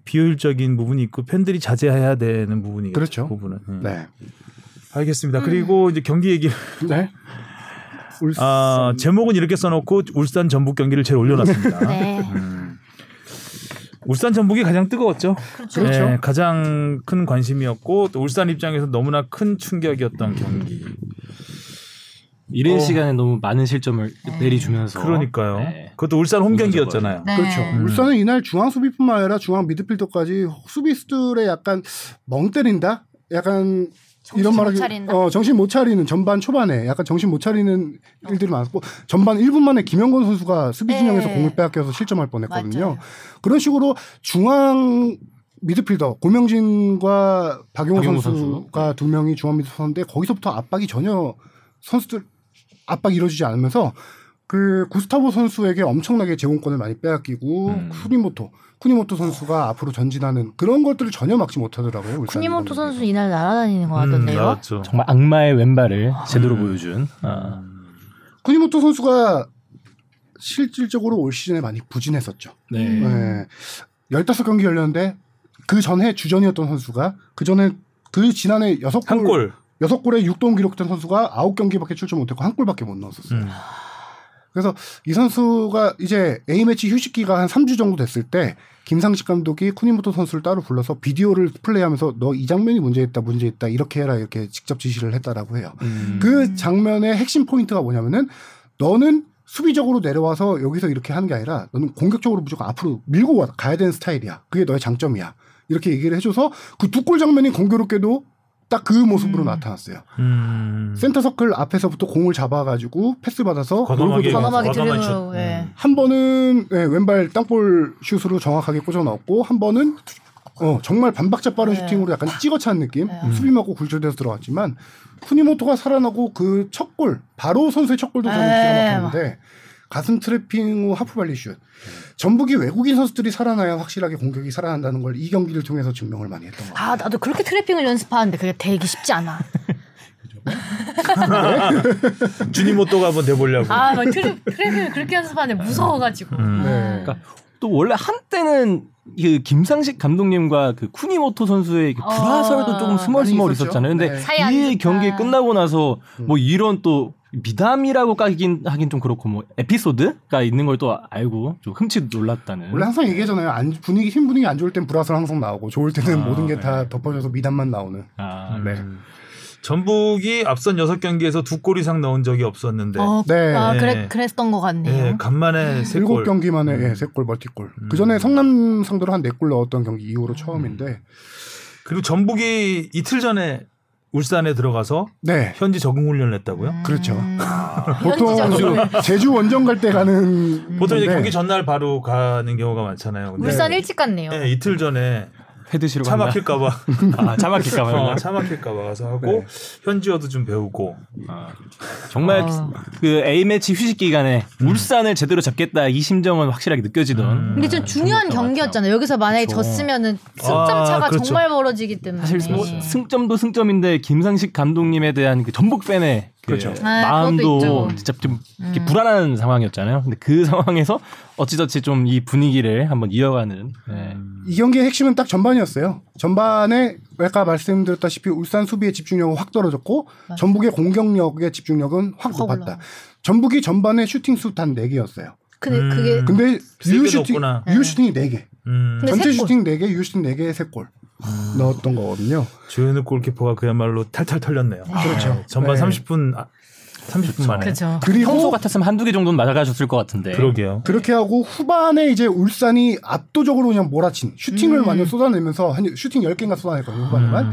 비효율적인 부분이 있고 팬들이 자제해야 되는 부분이 그렇죠. 부분은 예. 네. 알겠습니다. 그리고 이제 경기 얘기 네. 울산. 아, 제목은 이렇게 써놓고 울산 전북 경기를 제일 올려놨습니다. 네. 음. 울산 전북이 가장 뜨거웠죠. 그렇죠. 그렇죠. 네, 가장 큰 관심이었고 또 울산 입장에서 너무나 큰 충격이었던 경기. 이른 어. 시간에 너무 많은 실점을 내리주면서 그러니까요. 네. 그것도 울산 홈 경기였잖아요. 네. 그렇죠. 음. 울산은 이날 중앙 수비뿐만 아니라 중앙 미드필더까지 수비수들의 약간 멍 때린다? 약간 정신 못 말하기- 차린다. 어, 정신 못 차리는 전반 초반에 약간 정신 못 차리는 일들이 많았고 전반 1분 만에 김영건 선수가 수비 네. 진영에서 공을 빼앗겨서 실점할 뻔했거든요. 맞아요. 그런 식으로 중앙 미드필더 고명진과 박용호, 박용호 선수가 두 명이 중앙 미드필더인데 거기서부터 압박이 전혀 선수들 압박이 이루어지지 않으면서 그 구스타보 선수에게 엄청나게 제공권을 많이 빼앗기고 음. 쿠니모토 쿠니모토 선수가 앞으로 전진하는 그런 것들을 전혀 막지 못하더라고요. 울산 쿠니모토 이번에. 선수 이날 날아다니는 것 음. 같던데요. 나왔죠. 정말 악마의 왼발을 제대로 음. 보여준 아, 쿠니모토 선수가 실질적으로 올 시즌에 많이 부진했었죠. 네. 음. 네. 15경기 열렸는데 그 전에 주전이었던 선수가 그 전에 그 지난해 여섯 한 골 골. 여섯 골에 6동 기록된 선수가 아홉 경기밖에 출전 못했고 한 골밖에 못 넣었었어요. 음. 그래서 이 선수가 이제 A매치 휴식기가 한 3주 정도 됐을 때 김상식 감독이 쿠니모토 선수를 따로 불러서 비디오를 플레이하면서 너 이 장면이 문제있다 문제있다 이렇게 해라 이렇게 직접 지시를 했다라고 해요. 음. 그 장면의 핵심 포인트가 뭐냐면은 너는 수비적으로 내려와서 여기서 이렇게 하는 게 아니라 너는 공격적으로 무조건 앞으로 밀고 와- 가야 되는 스타일이야. 그게 너의 장점이야. 이렇게 얘기를 해줘서 그 두 골 장면이 공교롭게도 딱 그 모습으로 음. 나타났어요. 음. 센터 서클 앞에서부터 공을 잡아가지고 패스 받아서 과감하게 골고루 어, 과감하게 과감한 드리블로, 슛. 예. 음. 한 번은 예, 왼발 땅볼 슛으로 정확하게 꽂아 넣었고 한 번은 어, 정말 반박자 빠른 네. 슈팅으로 약간 찍어찬 느낌 네. 수비 맞고 굴절돼서 들어갔지만 쿠니모토가 살아나고 그 첫 골 바로 선수의 첫 골도 저는 네. 기가 막혔는데 가슴 트래핑 후 하프발리 슛 전북이 외국인 선수들이 살아나야 확실하게 공격이 살아난다는 걸 이 경기를 통해서 증명을 많이 했던 것 같아요 아 나도 그렇게 트래핑을 연습하는데 그게 되기 쉽지 않아. 주니모토가 한번 돼보려고. 아 막 트래, 트래핑을 그렇게 연습하는데 무서워가지고. 음. 네. 아. 또 원래 한때는 그 김상식 감독님과 그 쿠니모토 선수의 그 어. 불화설도 조금 스멀스멀 많이 있었죠. 있었잖아요. 근데 네. 사이 안 이 좋다. 경기 끝나고 나서 뭐 이런 또 미담이라고 까긴 하긴 좀 그렇고 뭐 에피소드가 있는 걸 또 알고 좀 흠칫 놀랐다는. 원래 항상 얘기하잖아요 안- 분위기 힘 분위기 안 좋을 땐 불화설 항상 나오고 좋을 때는 아, 모든 게 다 네. 덮어져서 미담만 나오는 아, 네. 음. 전북이 앞선 여섯 경기에서 두 골 이상 넣은 적이 없었는데 어, 네. 아 그래 네. 그랬던 것 같네요. 예, 간만에 세 일곱 골. 경기 만에 음. 예, 세 골 멀티골. 음. 그 전에 성남 상대로 한 네 골 넣었던 경기 이후로 처음인데 그리고 전북이 이틀 전에 울산에 들어가서 네. 현지 적응 훈련을 했다고요? 그렇죠. 음. 보통 네. 현지적으로 제주 원정 갈 때 가는 보통 이제 건데 경기 전날 바로 가는 경우가 많잖아요. 근데 울산 일찍 갔네요. 예, 이틀 전에 회 드시러 차 간다. 막힐까봐 아, 차 막힐까 어, 봐. 차 막힐까봐 가서 하고 네. 현지어도 좀 배우고 아, 그렇죠. 정말 아. 그 A 매치 휴식 기간에 울산을 제대로 잡겠다 이 심정은 확실히 같느껴지던. 음. 근데 좀 아, 중요한 중요했던 것 경기였잖아요. 여기서 만약에 그렇죠. 졌으면은 아, 승점 차가 그렇죠. 정말 멀어지기 때문에 사실 뭐 네. 승점도 승점인데 김상식 감독님에 대한 그 전북 팬의 그 그렇죠. 아, 그것도 마음도 있죠. 진짜 좀 이렇게 음. 불안한 상황이었잖아요. 근데 그 상황에서 어찌저찌 좀 이 분위기를 한번 이어가는 네. 이 경기의 핵심은 딱 전반이었어요. 전반에 아까 말씀드렸다시피 울산 수비의 집중력은 확 떨어졌고 전북의 공격력의 집중력은 확 확 높았다. 올라가. 전북이 전반에 슈팅 수단 4개였어요. 근데 음. 그게 근데 세개 유슈팅 넣었구나. 유슈팅이 4개. 음, 네. 근데 전체 세 골. 슈팅 4개, 유슈팅 4개에 3골 넣었던 거거든요. 조현우 골키퍼가 그야말로 탈탈 털렸네요. 그렇죠. 네, 전반 네. 30분 아, 30분 만에 아, 그죠. 그리고 평소 같았으면 한두 개 정도는 맞아가셨을 것 네. 같은데. 음. 그러게요. 그렇게 하고 후반에 이제 울산이 압도적으로 그냥 몰아친 슈팅을 음. 완전 쏟아내면서 한 슈팅 10개인가 쏟아냈거든요. 후반에만. 음,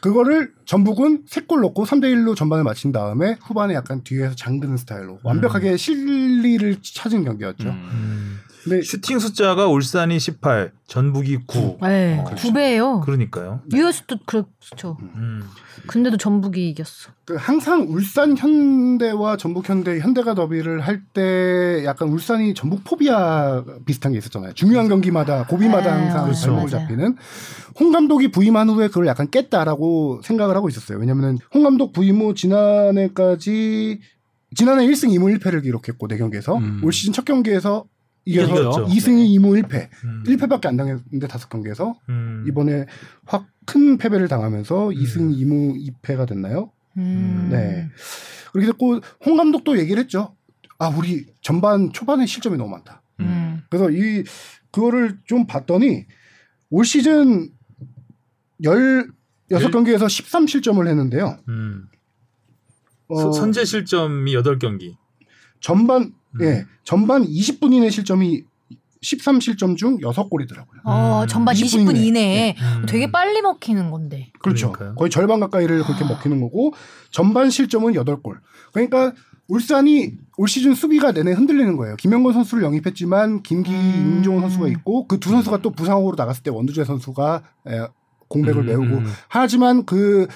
그거를 전북은 3골 넣고 3대 1로 전반을 마친 다음에 후반에 약간 뒤에서 잠그는 스타일로 완벽하게 실리를 찾은 경기였죠. 음. 음. 근데 슈팅 숫자가 울산이 18, 전북이 9. 네, 어. 두 배예요. 그러니까요. 유효수도 그렇죠. 음. 근데도 전북이 이겼어. 그 항상 울산 현대와 전북 현대 현대가 더비를 할 때 약간 울산이 전북 포비아 비슷한 게 있었잖아요. 중요한 경기마다 고비마다 그렇죠. 네, 항상 맞아요. 발목을 맞아요. 잡히는 홍 감독이 부임한 후에 그걸 약간 깼다라고 생각을 하고 있었어요. 왜냐하면 홍 감독 부임 후 지난해까지 지난해 1승 2무 1패를 기록했고 4 경기에서 음. 올 시즌 첫 경기에서 이겨서 이겼죠. 2승 2무 1패, 음. 1패밖에 안 당했는데 5 경기에서 음. 이번에 확 큰 패배를 당하면서 2승 2무 2패가 됐나요? 음. 네. 그렇게 됐고 홍 감독도 얘기를 했죠. 아 우리 전반 초반에 실점이 너무 많다. 음. 그래서 이 그거를 좀 봤더니 올 시즌 16경기에서 13실점을 했는데요. 음. 어, 선- 선제 실점이 8경기. 전반 음. 예 전반 20분 이내 실점이 13실점 중 6골이더라고요. 어, 전반 20분 20분 이내에 음. 되게 빨리 먹히는 건데. 그렇죠. 그러니까요. 거의 절반 가까이를 그렇게 먹히는 거고 전반 실점은 8골. 그러니까 울산이 올 시즌 수비가 내내 흔들리는 거예요. 김영건 선수를 영입했지만 김기 음. 임종훈 선수가 있고 그 두 선수가 또 부상으로 나갔을 때 원두재 선수가 에, 공백을 음, 메우고 음. 하지만 그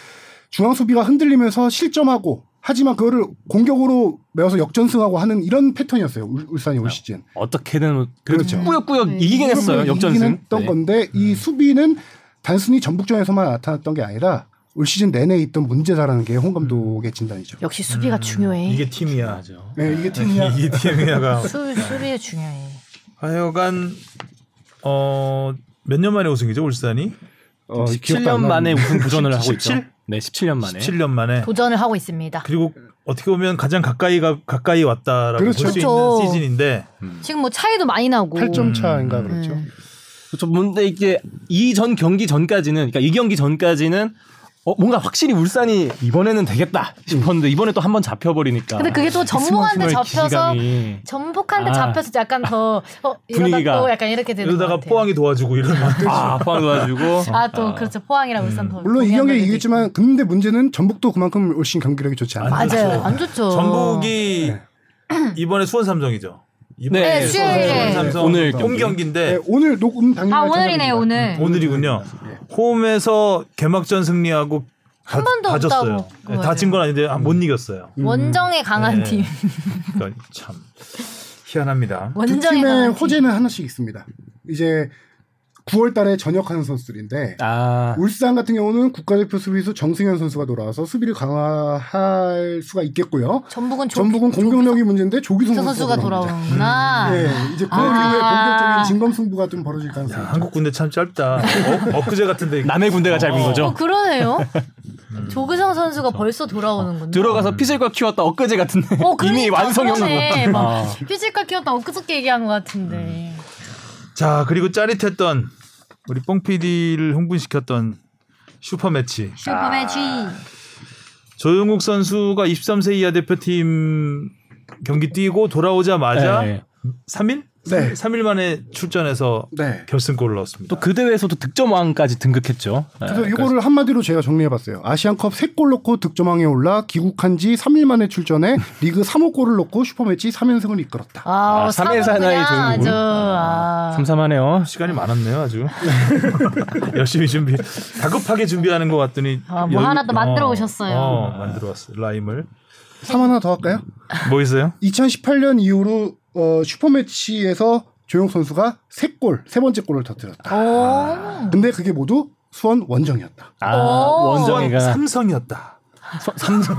중앙 수비가 흔들리면서 실점하고 하지만 그거를 공격으로 메워서 역전승하고 하는 이런 패턴이었어요. 울- 울산이 올 아, 시즌. 어떻게든 그래도 그렇죠. 꾸역꾸역 네. 이기긴 했어요. 이기는 역전승. 했던 네. 건데 이 수비는 단순히 전북전에서만 나타났던 게 아니라 올 시즌 내내 있던 문제다라는 게 홍 감독의 진단이죠. 역시 수비가 음, 중요해. 이게 음. 팀이야. 맞아요. 네, 이게 팀이야. 이게 팀이야가 수, 수비가 중요해. 하여간 어. 몇 년 만에 우승이죠 울산이? 어, 기억도 안 7년 만에 우승 도전을 하고 17? 있죠. 네, 17년 만에. 17년 만에. 도전을 하고 있습니다. 그리고 어떻게 보면 가장 가까이가 가까이 왔다라고 그렇죠. 볼 수 그렇죠. 있는 시즌인데 음. 지금 뭐 차이도 많이 나고. 8점 차인가 음. 그렇죠. 음. 그렇죠. 근데 이게 이 전 경기 전까지는 그러니까 이 경기 전까지는 어, 뭔가 확실히 울산이 이번에는 되겠다 싶었는데 이번에 또 한 번 잡혀버리니까. 근데 그게 또 전무한테 스물스물 잡혀서 기시감이. 전북한테 아. 잡혀서 약간 더 어, 이러다 분위기가. 또 약간 이렇게 되는 이러다가 것 같아요. 포항이 도와주고 이러면 아, 포항도 가지고. 아 또 그렇죠 포항이랑 음. 울산 더 물론 이 동해안 경기에 거리도 있고. 이기겠지만 근데 문제는 전북도 그만큼 올 시즌 경기력이 좋지 않아요. 안 좋죠. 맞아요 안 좋죠 전북이 이번에 수원 삼성이죠. 네, 네, 수요일에. 수원 삼성 오늘 홈 경기. 경기인데 네, 오늘 녹음 당일 아 날 오늘이네요 저녁입니다. 네. 오늘 오늘이군요. 네. 홈에서 개막전 승리하고 다- 한 번도 다졌어요. 없다고 네, 다친 건 아닌데 아, 못 이겼어요. 음. 원정에 강한 네. 팀 그러니까 참 희한합니다. 두 원정에 팀의 강한 팀 호재는 하나씩 있습니다. 이제 9월달에 전역하는 선수들인데 아, 울산 같은 경우는 국가대표 수비수 정승현 선수가 돌아와서 수비를 강화할 수가 있겠고요. 전북은 조, 전북은 공격력이 문제인데 조기성 조기성 선수가 돌아오는구나 네, 이제 9월 아. 이후에 본격적인 진검 승부가 좀 벌어질 야, 가능성이 있죠. 한국 군대 참 짧다. 어, 엊그제 같은데 남의 군대가 짧은 어. 어 거죠. 그러네요 음. 조규성 선수가 그렇죠. 벌써 돌아오는군요 들어가서 피질과 키웠다 엊그제 같은데 어, 그러니까, 이미 완성형 그러네. 나 막 아. 피지컬 키웠다 엊그저께 얘기한 것 같은데 자 그리고 짜릿했던 우리 뽕 PD를 흥분시켰던 슈퍼 매치 슈퍼맨 G 조용욱 선수가 23세 이하 대표팀 경기 뛰고 돌아오자마자 네. 3일 네. 3일 만에 출전해서 네. 결승골을 넣었습니다. 또 그 대회에서도 득점왕까지 등극했죠. 그래서 이거를 한마디로 제가 정리해봤어요. 아시안컵 3골 넣고 득점왕에 올라 기국한 지 3일 만에 출전해 리그 3호 골을 넣고 슈퍼매치 3연승을 이끌었다. 아, 아, 삼의 사나이 조용구. 아주 아. 삼삼하네요. 시간이 많았네요, 아주. 열심히 준비, 다급하게 준비하는 것 같더니. 아, 뭐 하나 더 만들어 오셨어요. 어, 만들어 왔어요. 라임을. 3 하나 더 할까요? 뭐 있어요? 2018년 이후로 어, 슈퍼매치에서 조용 선수가 3골, 세 번째 골을 터뜨렸다. 오. 근데 그게 모두 수원 원정이었다. 아, 오. 원정이가 삼성이었다. 삼성.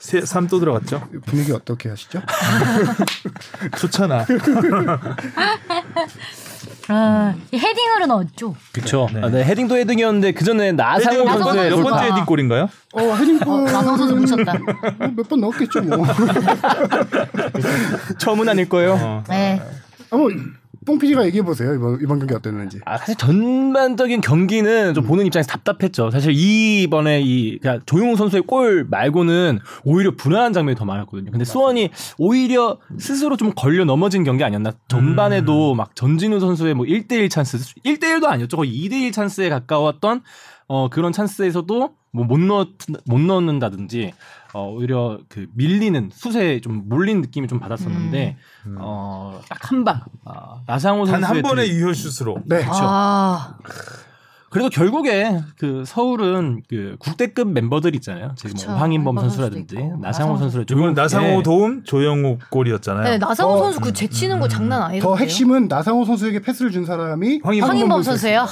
세, 삼 또 들어갔죠? 분위기 어떻게 하시죠? 좋잖아. 아, 이 헤딩으로 넣었죠. 그쵸. 아, 네, 헤딩도 헤딩이었는데 그 전에 나상호 헤딩 몇 번째- 선수의 몇 골. 번째 헤딩 골인가요? 어, 헤딩골은 나성 선수 붙였다. 몇 번 넣었겠죠, 뭐. 처음은 아닐 거예요. 네. 한번 뽕피디가 얘기해보세요, 이번, 이번 경기 어땠는지. 아, 사실 전반적인 경기는 음. 좀 보는 입장에서 답답했죠. 사실 이번에 이 그냥 조용호 선수의 골 말고는 오히려 불안한 장면이 더 많았거든요. 근데 수원이 오히려 음. 스스로 좀 걸려 넘어진 경기 아니었나? 전반에도 막 전진우 선수의 뭐 1대1 찬스, 1대1도 아니었죠. 거의 2대1 찬스에 가까웠던 어, 그런 찬스에서도 뭐 못 넣, 못 넣는다든지 어, 오히려 그 밀리는 수세에 좀 몰린 느낌이 좀 받았었는데 어, 딱 한 방. 아, 나상호 음. 단 선수의 한 그- 번의 유효슛으로. 네. 아, 그래도 결국에 그 서울은 그 국대급 멤버들 있잖아요. 지금 그쵸. 뭐 황인범 황인범 선수라든지 선수도 있고, 나상호 나상호 선수라 이건 나상호 예. 도움, 조영욱 골이었잖아요. 네, 나성호 어, 선수 그 제치는 거 장난 아니던데요. 더 핵심은 나상호 선수에게 패스를 준 사람이 황인범. 황인범 선수예요.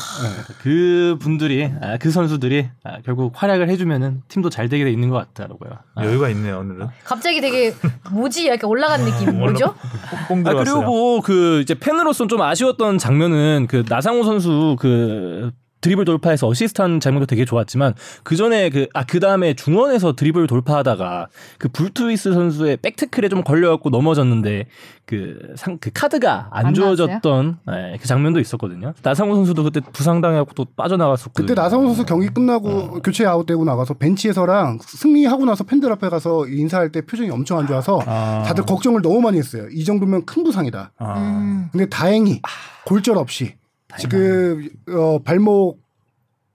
그 분들이 아, 그 선수들이 아, 결국 활약을 해주면은 팀도 잘 되게 돼 있는 것 같더라고요. 아, 여유가 있네요, 오늘은. 갑자기 되게 뭐지 이렇게 올라간 음. 느낌 뭐죠? 뽕 아, 뭐 들어갔어요. 그리고 그 이제 팬으로서 좀 아쉬웠던 장면은 그 나상호 선수 그 드리블 돌파해서 어시스트한 장면도 되게 좋았지만 그 전에 그 아 그 다음에 중원에서 드리블 돌파하다가 그 불투이스 선수의 백트클에 좀 걸려갖고 넘어졌는데 그 상 그 카드가 안 안 주어졌던 예, 그 장면도 있었거든요. 나상호 선수도 그때 부상당해갖고 또 빠져나갔었고 그때 나성호 선수 경기 끝나고 교체 아웃되고 나가서 벤치에서랑 승리하고 나서 팬들 앞에 가서 인사할 때 표정이 엄청 안 좋아서 아. 다들 걱정을 너무 많이 했어요. 이 정도면 큰 부상이다. 아. 음. 근데 다행히 골절 없이 지금 어, 발목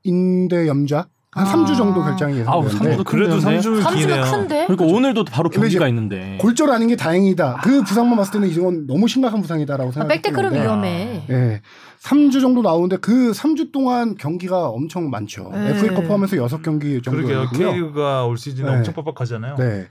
인대 염좌 한 아. 3주 정도 결장이 아우, 예상되는데 삼주도 그래도 근데 3주 음. 기네요. 삼수가 큰데? 아, 그러니까 오늘도 바로 근데 경기가 있는데 골절 아닌 게 다행이다. 그 부상만 봤을 때는 이건 너무 심각한 부상이다라고 아, 생각했는데 백테크는 위험해. 예. 3주 정도 나오는데 그 3주 동안 경기가 엄청 많죠. 네. FA컵 포함해서 6경기 그러게요. 정도였고요. K리그가 올 시즌에 네. 엄청 빡빡하잖아요. 네.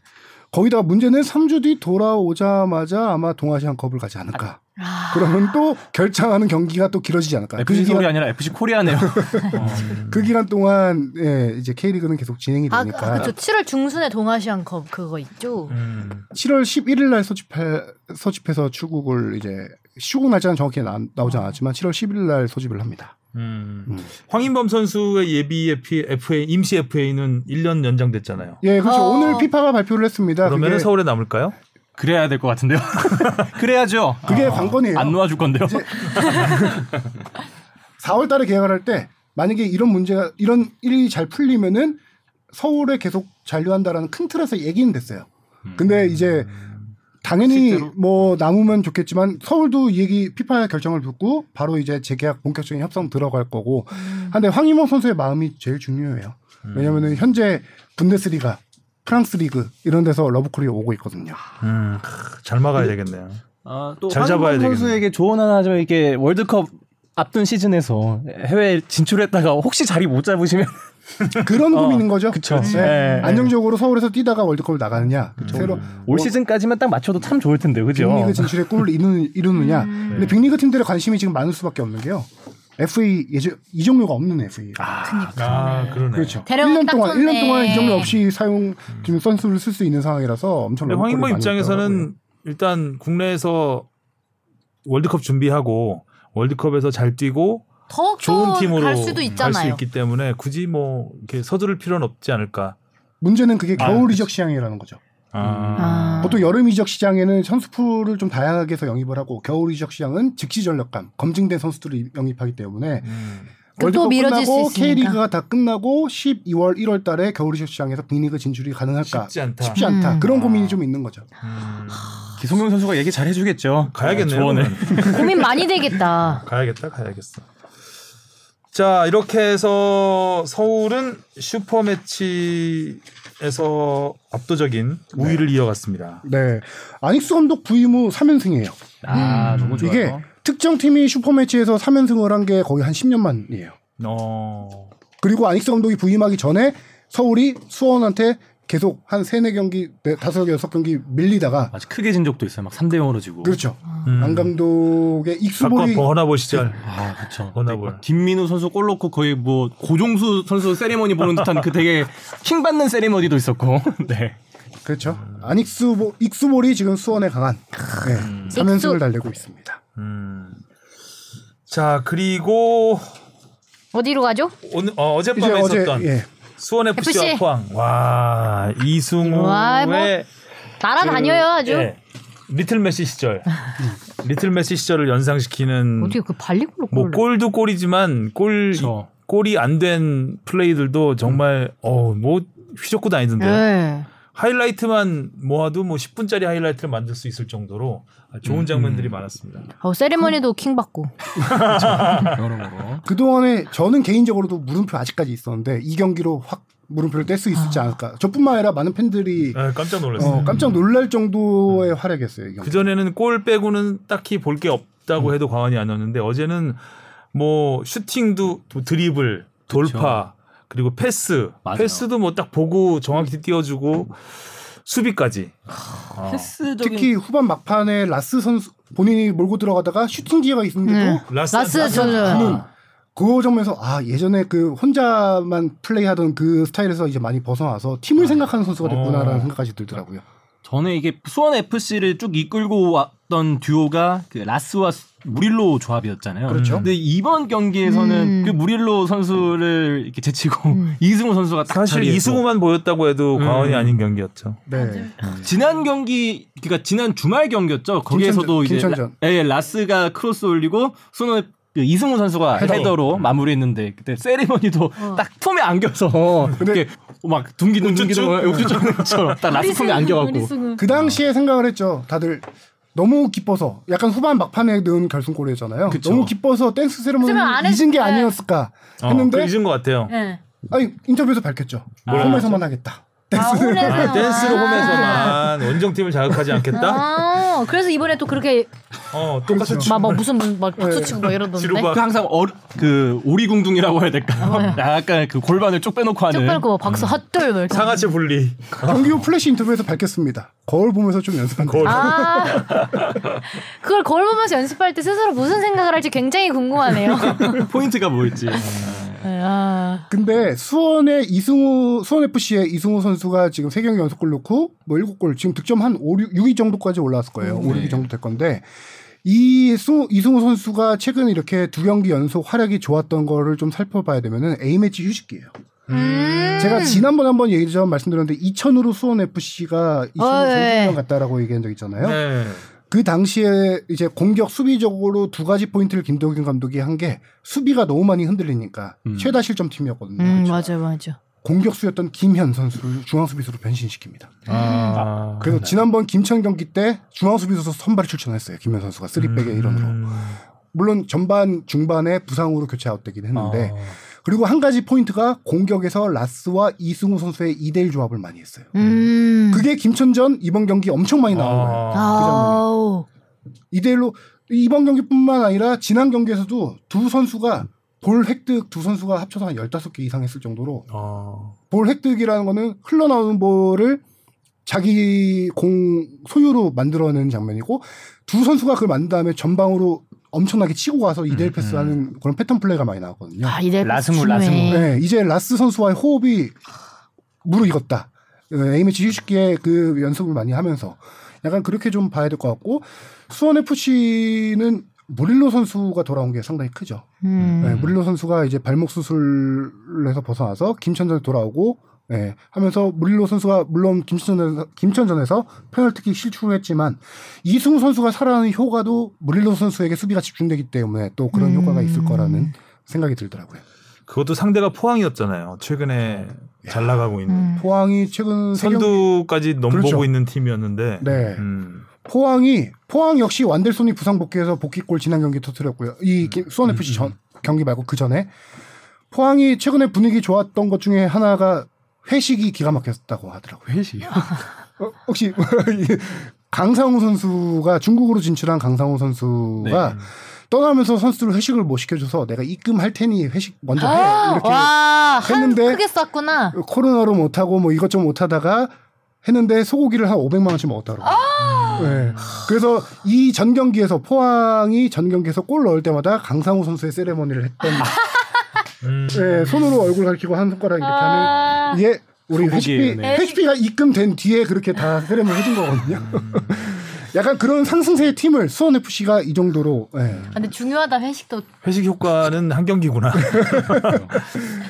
거기다가 문제는 3주 뒤 돌아오자마자 아마 동아시안컵을 가지 않을까. 아, 그러면 또 결장하는 경기가 또 길어지지 네, 않을까. 그 FC 기간, 서울이 아니라 FC 코리아네요. 어, 그 기간 동안 예, 이제 K리그는 계속 진행이 아, 되니까 아 그쵸. 7월 중순에 동아시안컵 그거 있죠. 음. 7월 11일 날 소집해, 소집해서 출국을 이제 출국 날짜는 정확히 나, 나오지 않았지만 7월 11일 날 소집을 합니다. 음. 음. 황인범 선수의 예비 FA 임시 FA는 1년 연장됐잖아요. 예, 그렇죠. 어. 오늘 피파가 발표를 했습니다. 그러면 아, 그게, 서울에 남을까요? 그래야 될 것 같은데요. 그래야죠. 그게 관건이에요. 안 놓아줄 건데요. 4월 달에 계약을 할 때 만약에 이런 문제가 이런 일이 잘 풀리면은 서울에 계속 잔류한다라는 큰 틀에서 얘기는 됐어요. 근데 이제 당연히 실제로? 뭐 남으면 좋겠지만 서울도 이 얘기 피파의 결정을 듣고 바로 이제 재계약 본격적인 협상 들어갈 거고 한데 황희모 선수의 마음이 제일 중요해요. 왜냐면은 현재 분데스리가 프랑스 리그 이런 데서 러브콜이 오고 있거든요. 음, 크, 잘 막아야 되겠네요. 아, 또 잘 황희범 잡아야 되겠네. 선수에게 조언 하나 하자면 이게 월드컵 앞둔 시즌에서 해외 진출했다가 혹시 자리 못 잡으시면 그런 어, 고민인 거죠. 그쵸. 네. 예, 안정적으로 서울에서 뛰다가 월드컵을 나가느냐. 새로 뭐 올 시즌까지만 딱 맞춰도 참 좋을 텐데 그죠? 빅리그 진출의 꿈을 이루는, 이루느냐. 음. 네. 근데 빅리그 팀들의 관심이 지금 많을 수밖에 없는 게요. FA 예정 이 종류가 없는 FA. 아, 그러네. 그렇죠. 대략은 1년 딱 동안 좋네. 1년 동안 이 종류 없이 사용 지금 선수를 쓸 수 있는 상황이라서 엄청 근데 러브콜이 황인범 많이 있더라고요. 입장에서는 일단 국내에서 월드컵 준비하고 월드컵에서 잘 뛰고 더 좋은 팀으로 갈 수도 갈 수 있잖아요. 있기 때문에 굳이 뭐 이렇게 서두를 필요는 없지 않을까. 문제는 그게 아, 겨울 그렇죠. 그치. 이적 시장이라는 거죠. 아. 아. 보통 여름 이적 시장에는 선수풀을 좀 다양하게 해서 영입을 하고 겨울 이적 시장은 즉시 전력감 검증된 선수들을 영입하기 때문에 음. 그또 미뤄질 수 끝나고 있으니까. K리그가 다 끝나고 12월 1월 달에 겨울 이적 시장에서 빅리그 진출이 가능할까 쉽지 않다. 그러니까 쉽지 않다. 음. 그런 고민이 아. 좀 있는 거죠. 음. 기성용 선수가 얘기 잘 해주겠죠. 아, 가야겠네요. 조언을. 그러면. 고민 많이 되겠다. 가야겠다, 가야겠어. 자, 이렇게 해서 서울은 슈퍼매치에서 압도적인 우위를 이어갔습니다. 네. 아닉스 감독 부임 후 3연승이에요. 아 너무 좋아요. 음, 이게 특정 팀이 슈퍼매치에서 3연승을 한 게 거의 한 10년 만이에요. 어, 그리고 아닉스 감독이 부임하기 전에 서울이 수원한테 계속 한 3, 4경기, 5, 6경기 밀리다가 아주 크게 진 적도 있어요. 막 3대 0으로 지고. 그렇죠. 음. 안 감독의 잠깐 익수볼이 뭐. 버나볼 네. 시절. 아 그렇죠. 버나볼. 김민우 선수 골 넣고 거의 뭐 고종수 선수 세리머니 보는 듯한 그 되게 킹 받는 세리머니도 있었고. 네. 그렇죠. 아닉스볼 익수볼이 지금 수원에 강한 네, 음. 3연승을 달리고 있습니다. 음. 자, 그리고 어디로 가죠? 오늘 어, 이제 어젯밤에 어제 있었던 예. 수원 FC FC. 포항. 와, 이승우의 와, 뭐 날아다녀요 아주. 예, 리틀 메시 시절. 리틀 메시 시절을 연상시키는 어떻게 그 발리골로 뭐 골을. 골도 골이지만 골 그쵸. 골이 안 된 플레이들도 정말 어뭐 휘젓고 다니던데 요 예. 하이라이트만 모아도 뭐 10분짜리 하이라이트를 만들 수 있을 정도로 아, 좋은 장면들이 많았습니다. 어, 세리머니도 킹 받고. 여러모로. 그동안에 저는 개인적으로도 물음표 아직까지 있었는데 이 경기로 확 물음표를 뗄 수 있을지 않을까. 저뿐만 아니라 많은 네. 팬들이 아, 깜짝 놀랐어요. 어, 깜짝 놀랄 정도의 활약이었어요. 이 경기. 그 전에는 골 빼고는 딱히 볼 게 없다고 해도 과언이 아니었는데 어제는 뭐 슈팅도 또 드리블, 돌파 그리고 패스, 맞아요. 패스도 뭐 딱 보고 정확히 띄워주고 수비까지. 어. 패스적인 특히 후반 막판에 라스 선수 본인이 몰고 들어가다가 슈팅 기회가 있는데도 네. 라스 라스 저는 저는 그 점에서 아 예전에 그 혼자만 플레이하던 그 스타일에서 이제 많이 벗어나서 팀을 생각하는 선수가 됐구나라는 아. 어. 생각까지 들더라고요. 전에 이게 수원 FC를 쭉 이끌고 와- 나왔던 듀오가 그 라스와 수- 무릴로 조합이었잖아요. 그렇죠. 근데 이번 경기에서는 음. 그 무릴로 선수를 이렇게 제치고 음. 이승우 선수가 딱 사실 자리에서 이승우만 보였다고 해도 음. 과언이 아닌 경기였죠. 네. 지난 경기 그러니까 지난 주말 경기였죠. 거기에서도 이제 김천전. 라, 예, 라스가 크로스 올리고 손을 그 이승우 선수가 헤더. 음. 헤더로 마무리했는데 그때 세리머니도 어. 딱 품에 안겨서 이렇게 막 둥기둥기둥 우쭈쭈처럼 딱 라스 품에 아, 안겨갖고 그 당시에 생각을 했죠. 다들 너무 기뻐서 약간 후반 막판에 넣은 결승골이잖아요. 그쵸. 너무 기뻐서 댄스 세레머니 그러면 안 잊은 게 했- 네. 아니었을까 어, 했는데 그 잊은 것 같아요. 네. 아니 인터뷰에서 밝혔죠. 뭐라고 홈에서만 하겠다. 아, 아, 홈에서. 댄스로 아. 홈에서만 원정팀을 자극하지 않겠다. 아, 그래서 이번에 또 그렇게 어, 똑같은 그렇죠. 막 뭐 무슨 막 박수 네. 치고 막 이러던데. 지루박. 그 항상 어, 그 오리궁둥이라고 해야 될까요? 네. 약간 그 골반을 쭉 빼놓고 하는 쪽팔고 막 박수 헛돌 뭐 이렇게. 상하체 분리. 경기 후 플래시 인터뷰에서 밝혔습니다. 거울 보면서 좀 연습한 거. 거울. 아. 그걸 거울 보면서 연습할 때 스스로 무슨 생각을 할지 굉장히 궁금하네요. 포인트가 뭐였지? 아. 근데 수원의 이승우 수원 FC의 이승우 선수가 지금 세 경기 연속골 넣고 뭐 일곱 골 지금 득점 한 5, 6, 6위 정도까지 올라왔을 거예요. 오 5, 네. 6위 정도 될 건데 이 수, 이승우 선수가 최근 이렇게 두 경기 연속 활약이 좋았던 거를 좀 살펴봐야 되면은 A 매치 휴식기예요. 음. 제가 지난번에 한번 얘기 좀 말씀드렸는데 2000으로 수원 FC가 이승우 어, 선수 예. 년 같다라고 얘기한 적 있잖아요. 네. 그 당시에 이제 공격 수비적으로 두 가지 포인트를 김도균 감독이 한 게 수비가 너무 많이 흔들리니까 음. 최다 실점 팀이었거든요. 그렇죠? 음, 맞아요, 맞아요. 공격수였던 김현 선수를 중앙 수비수로 변신시킵니다. 아, 그래서 지난번 김천 경기 때 중앙 수비수로 선발 출전했어요. 김현 선수가 3백의 음. 일원으로. 물론 전반 중반에 부상으로 교체 아웃되긴 했는데 그리고 한 가지 포인트가 공격에서 라스와 이승우 선수의 2대1 조합을 많이 했어요. 음. 그게 김천전 이번 경기 엄청 많이 아. 나온 거예요. 아우. 이대로 이번 경기뿐만 아니라 지난 경기에서도 두 선수가 볼 획득 두 선수가 합쳐서 한 15개 이상 했을 정도로 어. 볼 획득이라는 거는 흘러나오는 볼을 자기 공 소유로 만들어내는 장면이고 두 선수가 그걸 만든 다음에 전방으로 엄청나게 치고 가서 이대일 패스하는 그런 패턴 플레이가 많이 나왔거든요. 아, 이대 라스물, 중요해. 라스물. 네, 이제 라스 선수와의 호흡이 무르익었다. 네, A매치 휴식기에 그 연습을 많이 하면서 약간 그렇게 좀 봐야 될 것 같고 수원 FC는 무릴로 선수가 돌아온 게 상당히 크죠. 음. 네, 무릴로 선수가 이제 발목 수술에서 벗어나서 김천전에 돌아오고 예, 하면서 무릴로 선수가 물론 김천전에서, 김천전에서 페널티킥 실축했지만 이승우 선수가 살아나는 효과도 무릴로 선수에게 수비가 집중되기 때문에 또 그런 음. 효과가 있을 거라는 생각이 들더라고요. 그것도 상대가 포항이었잖아요. 최근에 잘 나가고 있는. 음. 포항이 최근 세 경기- 선두까지 넘보고 그렇죠. 있는 팀이었는데. 네. 음. 포항이 포항 역시 완델손이 부상 복귀해서 복귀골 지난 경기 터뜨렸고요. 이 음, 기- 수원 FC 전 경기 말고 그 전에 포항이 최근에 분위기 좋았던 것 중에 하나가 회식이 기가 막혔다고 하더라고요. 회식. 아, 어, 혹시 이 강상우 선수가 중국으로 진출한 강상우 선수가 네. 떠나면서 선수들 회식을 못 시켜줘서 내가 입금할 테니 회식 먼저 해 이렇게 아, 음. 와, 한 했는데 크게 쐈구나. 아, 코로나로 못하고 뭐 이것저것 못하다가 했는데 소고기를 한 500만 원씩 먹었다고. 네. 그래서 이 전 경기에서 포항이 전 경기에서 골 넣을 때마다 강상우 선수의 세레머니를 했던 음. 네, 손으로 얼굴 가리키고 한 손가락 이렇게 하는 아, 이게 우리 소고기, 회식비 네. 회식비가 입금된 뒤에 그렇게 다 세레머니 해준 거거든요. 음. 약간 그런 상승세의 팀을 수원 FC가 이 정도로 네. 근데 중요하다 회식도 회식 효과는 한 경기구나.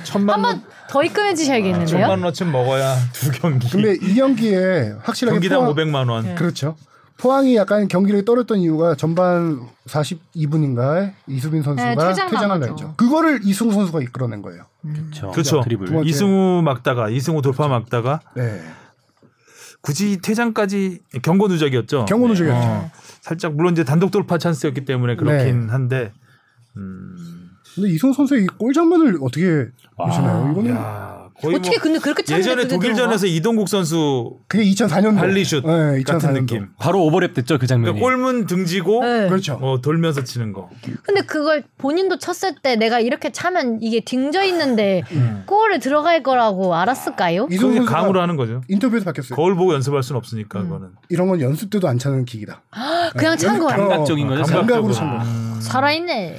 천만 원, 한번 더 입금해 주셔야겠는데요. 천만 원쯤 먹어야 두 경기. 근데 이 경기에 확실하게 경기당 포항- 500만 원. 네. 그렇죠. 포항이 약간 경기를 떨었던 이유가 전반 42분인가에 이수빈 네, 선수가 퇴장 퇴장을 나가죠. 했죠. 그거를 이승우 선수가 이끌어낸 거예요. 그렇죠. 드리블. 그렇죠. 두 번째. 이승우 막다가 이승우 돌파 막다가 네. 굳이 퇴장까지 경고 누적이었죠. 경고 누적이었죠. 어, 살짝 물론 이제 단독 돌파 찬스였기 때문에 그렇긴 네. 한데 근데 이승우 선수의 이 골 장면을 어떻게 보시나요? 이거는 아, 야, 거의 어떻게 뭐 근데 그렇게 찬스를 예전에 그대로 독일전에서 이동국 선수 그게 2004년도 발리슛 네, 2004년도. 같은 느낌. 바로 오버랩 됐죠 그 장면이. 그러니까 골문 등지고 넣어? 네. 그렇죠. 어, 돌면서 치는 거. 근데 그걸 본인도 쳤을 때 내가 이렇게 차면 이게 등져 있는데 골에 들어갈 거라고 알았을까요? 이승우 그게 선수가 그 강으로 하는 거죠. 인터뷰에서 바뀌었어요. 거울 보고 연습할 수는 음. 없으니까 그거는. 이런 건 연습 때도 안 차는 기기다. 그냥 찬 거예요. 감각적인 어, 거죠. 감각적으로. 감각으로 찬 거죠. 음. 살아있네.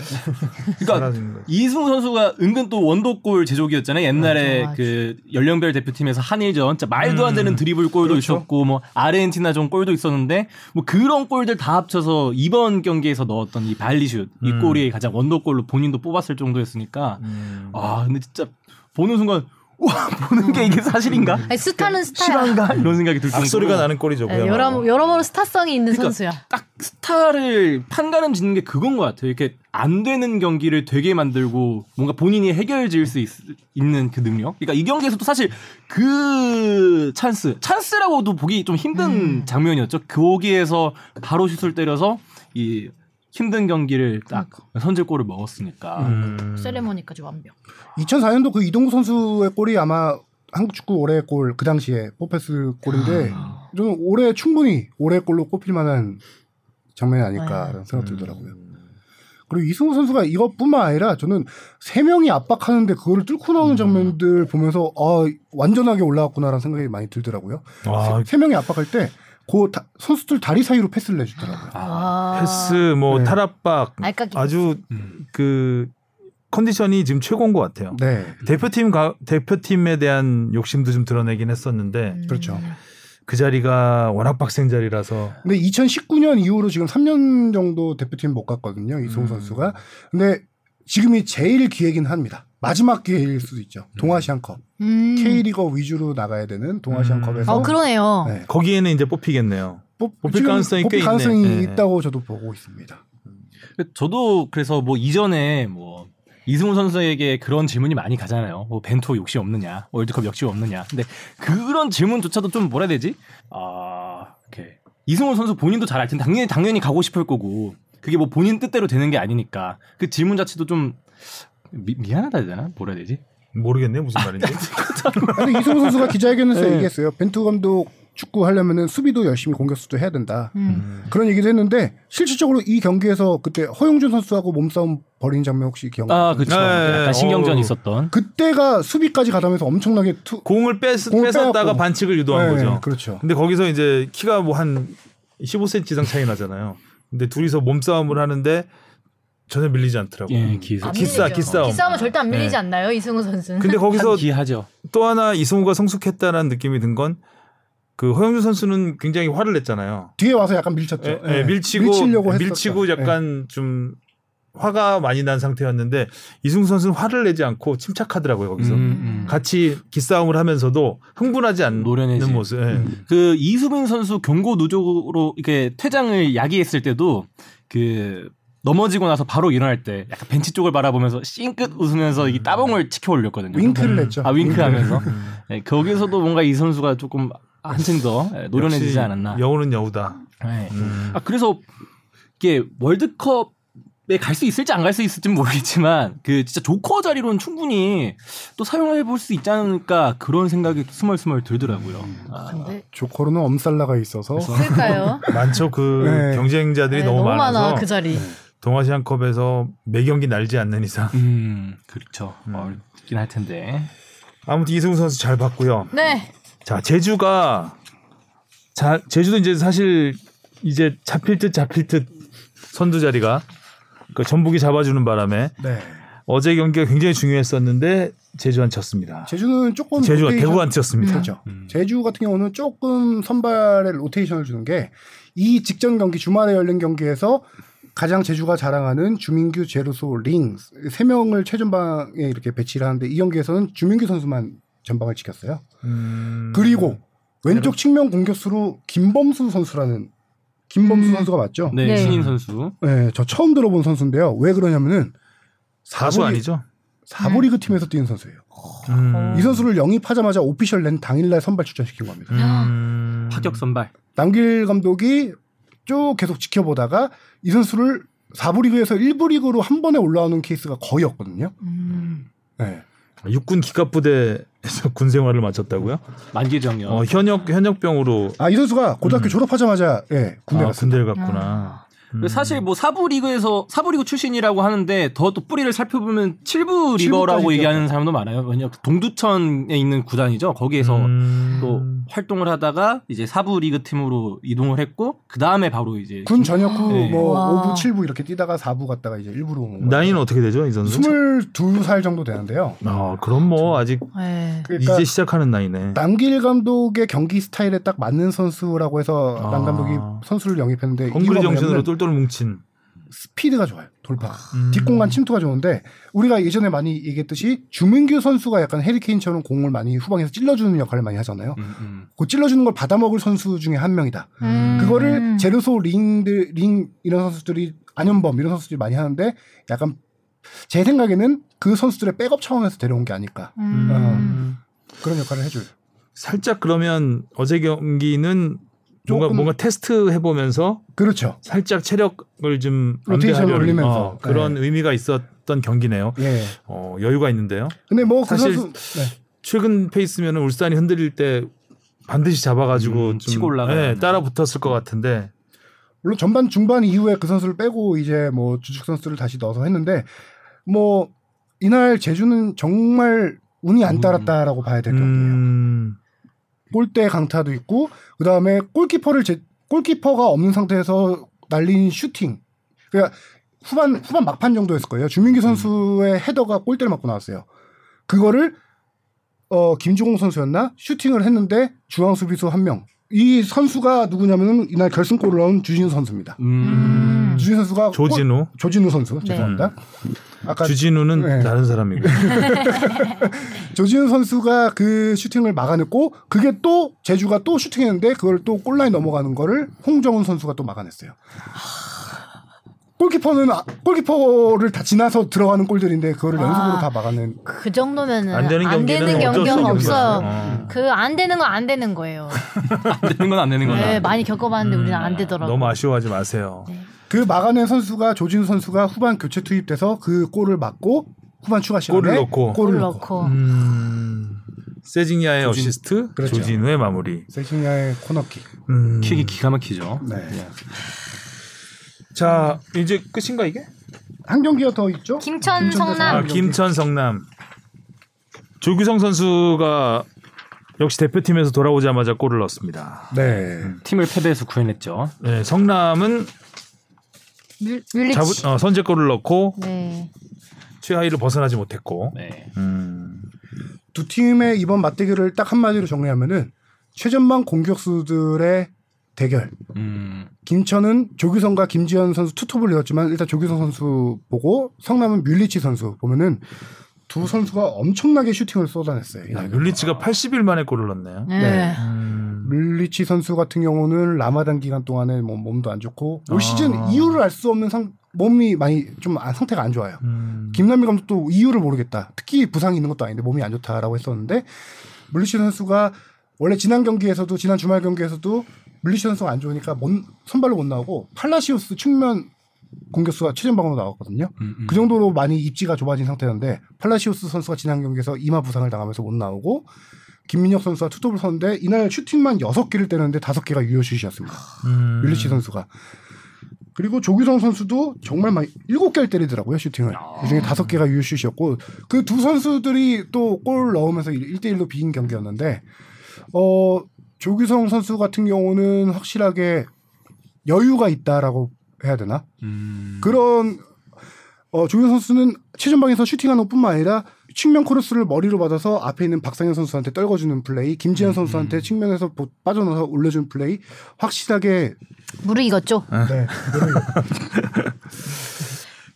그러니까 잘하는 거예요. 이승우 선수가 은근 또 원더골 제조기였잖아요. 옛날에 맞아. 그 연령별 대표팀에서 한일전 진짜 말도 안 되는 음. 드리블 골도 그렇죠. 있었고 뭐 아르헨티나전 골도 있었는데 뭐 그런 골들 다 합쳐서 이번 경기에서 넣었던 이 발리슛 이 음. 골이 가장 원더골로 본인도 뽑았을 정도였으니까 음. 아 근데 진짜 보는 순간 와 보는 게 이게 사실인가 아니, 그러니까 스타는 스타야. 실화인가 이런 생각이 들 정도로 악소리가 나는 꼴이죠. 네, 여러, 여러모로 스타성이 있는 그러니까 선수야. 딱 스타를 판가름 짓는 게 그건 것 같아요. 이렇게 안 되는 경기를 되게 만들고 뭔가 본인이 해결 지을 수 있, 는그 능력. 그러니까 이 경기에서도 사실 그 찬스, 찬스라고도 보기 좀 힘든 음. 장면이었죠. 거기에서 바로 슛을 때려서 이 힘든 경기를 음. 딱 선제골을 먹었으니까. 음. 세레모니까지 완벽. 2004년도 그 이동국 선수의 골이 아마 한국 축구 올해의 골 그 당시에 뽑혔을 골인데 아. 저는 올해 충분히 올해의 골로 꼽힐 만한 장면이 네. 아닐까라는 생각 들더라고요. 그리고 이승우 선수가 이것뿐만 아니라 저는 세 명이 압박하는데 그거를 뚫고 음. 나오는 장면들 보면서 아 완전하게 올라왔구나라는 생각이 많이 들더라고요. 와, 세, 세 명이 압박할 때그 선수들 다리 사이로 패스를 내주더라고요. 아. 패스, 뭐 네. 탈압박 알까기. 아주 음. 그 컨디션이 지금 최고인 것 같아요. 네, 대표팀 가, 대표팀에 대한 욕심도 좀 드러내긴 했었는데 음. 그렇죠. 그 자리가 워낙 빡센 자리라서 근데 2019년 이후로 지금 3년 정도 대표팀 못 갔거든요. 이승우 음. 선수가. 근데 지금이 제일 기회긴 합니다. 마지막 기회일 수도 있죠. 동아시안컵. 음. K리거 위주로 나가야 되는 동아시안컵에서 어, 그러네요. 네. 거기에는 이제 뽑히겠네요. 뽑- 뽑힐 지금 가능성이 뽑힐 꽤 가능성이 있네. 예. 있다고 저도 보고 있습니다. 저도 그래서 뭐 이전에 뭐 이승우 선수에게 그런 질문이 많이 가잖아요. 뭐 벤투 욕심 없느냐, 월드컵 욕심 없느냐. 근데 그런 질문조차도 좀 뭐라 해야 되지? 아, 이렇게 이승우 선수 본인도 잘 알 텐데 당연히 당연히 가고 싶을 거고 그게 뭐 본인 뜻대로 되는 게 아니니까 그 질문 자체도 좀 미, 미안하다 해야 되나? 뭐라 해야 되지? 모르겠네 무슨 말인지. 아, 근데 이승우 선수가 기자회견에서 네. 얘기했어요. 벤투 감독 축구 하려면은 수비도 열심히 공격수도 해야 된다. 음. 음. 그런 얘기도 했는데 실질적으로 이 경기에서 그때 허용준 선수하고 몸싸움 벌인 장면 혹시 기억나요? 아, 그쵸. 네, 약간 신경전 어우. 있었던. 그때가 수비까지 가다면서 엄청나게 투 공을 뺏, 공을 뺏었다가 빼앗고. 반칙을 유도한 네, 거죠. 그렇죠. 근데 거기서 이제 키가 뭐 한 15cm 이상 차이 나잖아요. 근데 둘이서 몸싸움을 하는데 전혀 밀리지 않더라고요. 예, 기사. 안 기싸, 밀리죠. 기싸움. 기싸움은 절대 안 밀리지 네. 않나요, 이승우 선수는? 근데 거기서 기하죠. 또 하나 이승우가 성숙했다라는 느낌이 든 건 그 허영준 선수는 굉장히 화를 냈잖아요. 뒤에 와서 약간 밀쳤죠. 예, 예. 예, 밀치고 밀치려고 했었죠. 네. 예. 밀치고 약간 좀 화가 많이 난 상태였는데 이승우 선수는 화를 내지 않고 침착하더라고요 거기서 음, 음. 같이 기싸움을 하면서도 흥분하지 않는 노련해지. 모습. 예. 그 이수빈 선수 경고 누적으로 이렇게 퇴장을 야기했을 때도 그 넘어지고 나서 바로 일어날 때 약간 벤치 쪽을 바라보면서 싱긋 웃으면서 이 따봉을 치켜 올렸거든요. 예. 윙크를 냈죠. 아 윙크하면서 음. 네, 거기서도 뭔가 이 선수가 조금 한층 더 네, 노련해지지 역시 않았나. 여우는 여우다. 네. 음. 아 그래서 이게 월드컵에 갈 수 있을지 안 갈 수 있을지는 모르겠지만 그 진짜 조커 자리로는 충분히 또 사용해 볼 수 있지 않을까 그런 생각이 스멀스멀 들더라고요. 음. 아. 근데 조커로는 엄살라가 있어서 네. 그럴까요? 많죠. 그 네. 경쟁자들이 네, 너무, 많아서 많아 그 자리. 동아시안컵에서 매 경기 날지 않는 이상 음, 그렇죠. 음. 어렵긴 할 텐데. 아무튼 이승우 선수 잘 봤고요. 네. 자 제주가 자 제주도 이제 사실 이제 잡힐 듯 잡힐 듯 선두 자리가 그 전북이 잡아주는 바람에 네. 어제 경기가 굉장히 중요했었는데 제주한 쳤습니다. 제주는 조금 제주가 로테이션- 대구한 쳤습니다. 그렇죠. 제주 같은 경우는 조금 선발에 로테이션을 주는 게 이 직전 경기 주말에 열린 경기에서 가장 제주가 자랑하는 주민규, 제루소, 링세 명을 최전방에 이렇게 배치를 하는데 이 경기에서는 주민규 선수만 전방을 지켰어요. 음. 그리고 왼쪽 측면 공격수로 김범수 선수라는 김범수 음. 선수가 맞죠? 네, 네. 신인 선수. 네, 저 처음 들어본 선수인데요. 왜 그러냐면은 사수 사부리- 아니죠? 사부리그 팀에서 뛰는 선수예요. 음. 이 선수를 영입하자마자 오피셜 낸 당일날 선발 출전시킨 겁니다. 음. 파격 선발. 남길 감독이 쭉 계속 지켜보다가 이 선수를 4부 리그에서 1부 리그로 한 번에 올라오는 케이스가 거의 없거든요. 음. 네. 육군 기갑부대에서 군 생활을 마쳤다고요? 만기정요. 어, 현역 현역병으로 아, 이 선수가 고등학교 음. 졸업하자마자 예, 군대 아, 갔습니다. 군대를 갔구나. 음. 사실 뭐 사부 리그에서 사부 리그 출신이라고 하는데 더 또 뿌리를 살펴보면 칠부 리거라고 칠부까지 얘기하는 사람도 많아요. 왜냐 동두천에 있는 구단이죠. 거기에서 음. 또 활동을 하다가 이제 사부 리그 팀으로 이동을 했고 그 다음에 바로 이제 군 전역후 네. 뭐 와. 5부, 7부 이렇게 뛰다가 4부 갔다가 이제 1부로 온 거예요. 나이는 어떻게 되죠 이 선수? 22살 정도 되는데요. 아 그럼 뭐 아직 네. 그러니까 이제 시작하는 나이네. 남길 감독의 경기 스타일에 딱 맞는 선수라고 해서 아. 남 감독이 선수를 영입했는데 이유가 헝그리 정신으로 뭐냐면은 똘똘 뭉친. 스피드가 좋아요. 돌파. 음. 뒷공간 침투가 좋은데 우리가 예전에 많이 얘기했듯이 주민규 선수가 약간 해리케인처럼 공을 많이 후방에서 찔러주는 역할을 많이 하잖아요. 음, 음. 그 찔러주는 걸 받아먹을 선수 중에 한 명이다. 음. 그거를 제르소 링들 링 이런 선수들이 안현범 이런 선수들이 많이 하는데 약간 제 생각에는 그 선수들의 백업 차원에서 데려온 게 아닐까 음. 그런 역할을 해줘요. 살짝 그러면 어제 경기는 뭔가 조금- 뭔가 테스트 해보면서 그렇죠. 살짝 체력을 좀 로테이션을 안배하려는, 올리면서. 네. 어, 그런 의미가 있었던 경기네요. 예. 어, 여유가 있는데요. 근데 뭐 그 사실- 선수 네. 최근 페이스면 울산이 흔들릴 때 반드시 잡아가지고 좀 음, 치고 올라가야 예, 되나. 따라 붙었을 것 같은데 물론 전반 중반 이후에 그 선수를 빼고 이제 뭐 주축 선수를 다시 넣어서 했는데 뭐 이날 제주는 정말 운이 안 따랐다라고 봐야 될 경기예요. 음, 골대 강타도 있고 그다음에 골키퍼를 제, 골키퍼가 없는 상태에서 날린 슈팅. 그러니까 후반 후반 막판 정도였을 거예요. 주민기 선수의 헤더가 골대를 맞고 나왔어요. 그거를 어 김주공 선수였나 슈팅을 했는데 중앙 수비수 한 명. 이 선수가 누구냐면은 이날 결승골을 넣은 주진우 선수입니다. 음. 네. 주진우 선수가 골- 조진우 음. 조진우 선수 죄송합니다. 아까 주진우는 뭐, 네. 다른 사람이고 조진우 선수가 그 슈팅을 막아냈고 그게 또 제주가 또 슈팅했는데 그걸 또 골라인 넘어가는 거를 홍정훈 선수가 또 막아냈어요. 골키퍼는 아- 골키퍼를 다 지나서 들어가는 골들인데 그거를 아. 연속으로 다 막아낸 그 정도면은 안 되는 경기는 어쩔 수 경기는 없는 없어요. 거죠. 어. 그 안 되는 건 안 되는 거예요. 안 되는 건 안 되는 거다. 네, 많이 겪어봤는데 우리는 안 되더라고. 음. 너무 아쉬워하지 마세요. 네. 그 막아낸 선수가 조진우 선수가 후반 교체 투입돼서 그 골을 막고 후반 추가 시간에 골을 넣고. 골을 골 넣고 넣고. 음, 세징야의 조진- 어시스트, 그렇죠. 조진우의 마무리. 세징야의 코너킥. 음. 킥이 기가 막히죠. 예. 네. 자 이제 끝인가 이게? 한 경기가 더 있죠? 김천 김천 대 성남. 아, 김천 성남 조규성 선수가 역시 대표팀에서 돌아오자마자 골을 넣었습니다. 네. 음. 팀을 패배해서 구해냈죠. 네, 성남은 밀- 밀리치. 자부- 어, 선제골을 넣고 네. 최하위를 벗어나지 못했고. 네. 음. 두 팀의 이번 맞대결을 딱 한마디로 정리하면은 최전방 공격수들의 대결. 음. 김천은 조규성과 김지현 선수 투톱을 이뤘지만 일단 조규성 선수 보고 성남은 뮬리치 선수 보면은 두 선수가 엄청나게 슈팅을 쏟아냈어요. 야, 이날. 율리치가 80일 만에 골을 넣네요. 네. 네. 음. 뮬리치 선수 같은 경우는 라마단 기간 동안에 뭐 몸도 안 좋고 올 아. 시즌 이유를 알 수 없는 상, 몸이 많이 좀 아- 상태가 안 좋아요. 음. 김남미 감독도 이유를 모르겠다. 특히 부상이 있는 것도 아닌데 몸이 안 좋다라고 했었는데 물리치 선수가 원래 지난 경기에서도 지난 주말 경기에서도 물리치 선수가 안 좋으니까 못- 선발로 못 나오고 팔라시오스 측면 공격수가 최전방으로 나왔거든요. 음, 음. 그 정도로 많이 입지가 좁아진 상태였는데 팔라시오스 선수가 지난 경기에서 이마 부상을 당하면서 못 나오고 김민혁 선수가 투톱을 섰는데 이날 슈팅만 6개를 때렸는데 5개가 유효슛이었습니다. 음. 윌리치 선수가 그리고 조규성 선수도 정말 많이 일곱 개를 때리더라고요 슈팅을 그중에 다섯 개가 유슛이었고 그 두 선수들이 또 골 넣으면서 1대1로 비긴 경기였는데 어 조규성 선수 같은 경우는 확실하게 여유가 있다라고 해야 되나 음. 그런 어, 조규성 선수는 최전방에서 슈팅하는 것뿐만 아니라 측면 크로스를 머리로 받아서 앞에 있는 박상현 선수한테 떨궈주는 플레이, 김지현 선수한테 측면에서 보- 빠져나서 올려주는 플레이 확실하게 물을 익었죠. 네.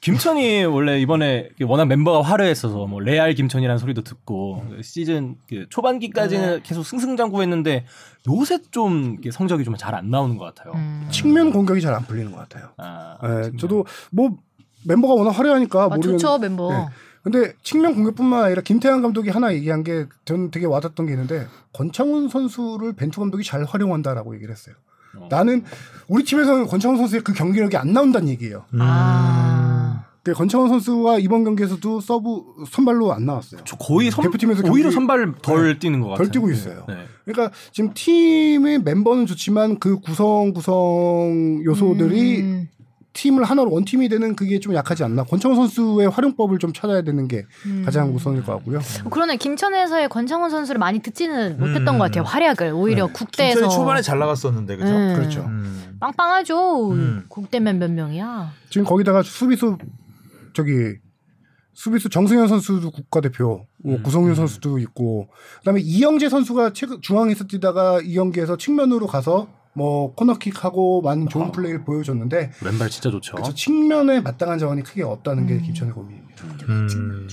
김천이 원래 이번에 워낙 멤버가 화려했어서 뭐 레알 김천이라는 소리도 듣고 시즌 그 초반기까지는 계속 승승장구했는데 요새 좀 이렇게 성적이 좀 잘 안 나오는 것 같아요. 음. 측면 공격이 잘 안 풀리는 것 같아요. 아, 예, 저도 뭐 멤버가 워낙 화려하니까 아, 모르겠는데 좋죠 멤버. 네. 근데 측면 공격뿐만 아니라 김태환 감독이 하나 얘기한 게 전 되게 와닿던 게 있는데 권창훈 선수를 벤투 감독이 잘 활용한다라고 얘기를 했어요. 어. 나는 우리 팀에서는 권창훈 선수의 그 경기력이 안 나온다는 얘기예요. 아. 그 권창훈 선수가 이번 경기에서도 서브 선발로 안 나왔어요. 저 거의 선, 대표팀에서 오히려 경기- 네. 선발 덜 뛰는 것 같아요. 덜 뛰고 있어요. 네. 그러니까 지금 팀의 멤버는 좋지만 그 구성 구성 요소들이 음. 팀을 하나로 원팀이 되는 그게 좀 약하지 않나. 권창훈 선수의 활용법을 좀 찾아야 되는 게 음. 어, 가장 우선일 것 같고요. 그러네 김천에서의 권창훈 선수를 많이 듣지는 못했던 음. 것 네. 같아요. 활약을 오히려 국대에서 김천이 초반에 잘 나갔었는데 그죠? 네. 그렇죠. 음. 빵빵하죠. 음. 국대면 몇 명이야? 지금 거기다가 수비수 저기 수비수 정승현 선수도 국가대표, 음. 뭐 구성윤 선수도 있고, 그다음에 이영재 선수가 최근 중앙에서 뛰다가 이 경기에서 측면으로 가서 뭐 코너킥하고 많은 좋은 플레이를 보여줬는데 왼발 진짜 좋죠. 어? 그래서 측면에 마땅한 자원이 크게 없다는 게 김천의 고민입니다. 음.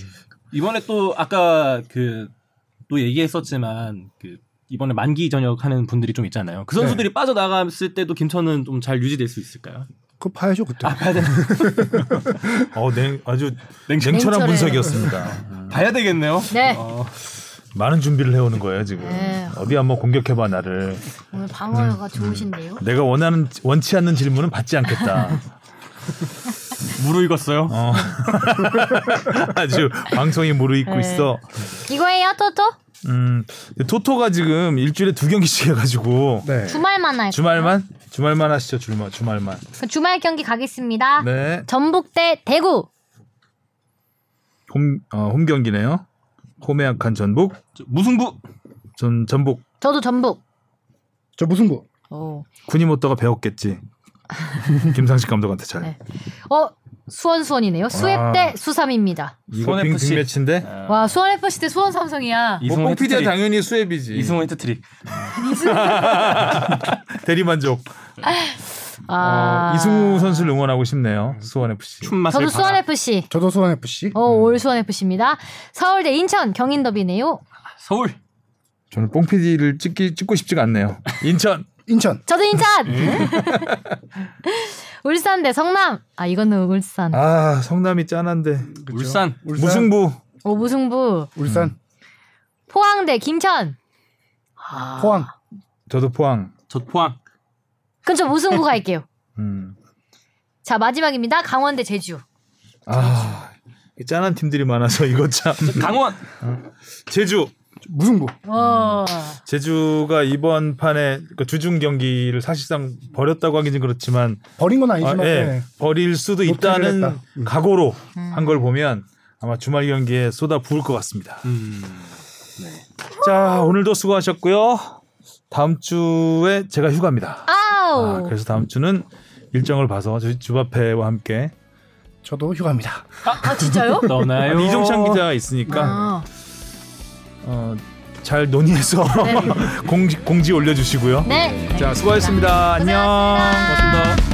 이번에 또 아까 그 또 얘기했었지만 그 이번에 만기 전역하는 분들이 좀 있잖아요. 그 선수들이 네. 빠져나갔을 때도 김천은 좀 잘 유지될 수 있을까요? 아, 그거 봐야죠 그때. 아. 어, 냉, 아주 냉철 냉철한 냉철해요. 분석이었습니다. 음. 봐야 되겠네요. 네 아. 어, 많은 준비를 해오는 거예요 지금. 네. 어디 한번 공격해봐 나를. 오늘 음. 방어가 좋으신데요. 내가 원하는 원치 않는 질문은 받지 않겠다. 무르익었어요. 어. 아주 방송이 무르익고 네. 있어. 이거예요 토토? 음, 근데 토토가 지금 일주일에 두 경기씩 해가지고 네. 주말만 할 주말만 주말만 하시죠 주말 주말만. 그 주말 경기 가겠습니다. 네. 전북 대 대구. 홈, 어, 홈 경기네요. 홈에 약한 전북. 저, 무승부. 전 전북 저도 전북. 저 무승부. 어. 군이모토가 배웠겠지. 김상식 감독한테 잘. 네. 어 수원 수원이네요. 수협 와. 대 수삼입니다. 이거 손에 빅 푸시. 빅매치인데. 와 수원 FC 대 수원 삼성이야. 이승훈 뽕 PD 야 헤트트릭. 당연히 수협이지. 이승훈 헤트트릭. 네. 대리만족. 아 어, 이승우 선수를 응원하고 싶네요. 수원 FC. 춤 맛을 저도 수원 봐라. FC. 저도 수원 FC. 음. 어올 수원 FC입니다. 서울 대 인천 경인 더비네요. 서울. 저는 뽕 PD를 찍기 찍고 싶지가 않네요. 인천. 인천. 저도 인천. 음. 울산 대 성남. 아 이거는 울산. 아 성남이 짠한데. 울산. 울산. 무승부. 오 무승부. 울산. 음. 포항 대 김천. 아. 포항. 저도 포항. 저 포항. 그럼 저 무승부 갈게요. 음. 자 마지막입니다. 강원 대 제주. 아. 이 짠한 팀들이 많아서 이거 참 강원. 제주 무승부. 와. 제주가 이번 판에 그 주중 경기를 사실상 버렸다고 하긴 좀 그렇지만 버린 건 아, 아니지만 예, 네. 버릴 수도 노출을 있다는 했다. 음. 각오로 한 걸 보면 아마 주말 경기에 쏟아 부을 것 같습니다. 음, 자 오늘도 수고하셨고요. 다음 주에 제가 휴가입니다. 아우. 아, 그래서 다음 주는 일정을 봐서 저희 주바페와 함께 저도 휴가입니다. 아 진짜요? 떠나요. 아니, 이종찬 기자가 있으니까 아, 어, 잘 논의해서 네. 공지, 공지 올려주시고요. 네. 자 수고하셨습니다. 안녕. 고생하셨습니다. 고맙습니다.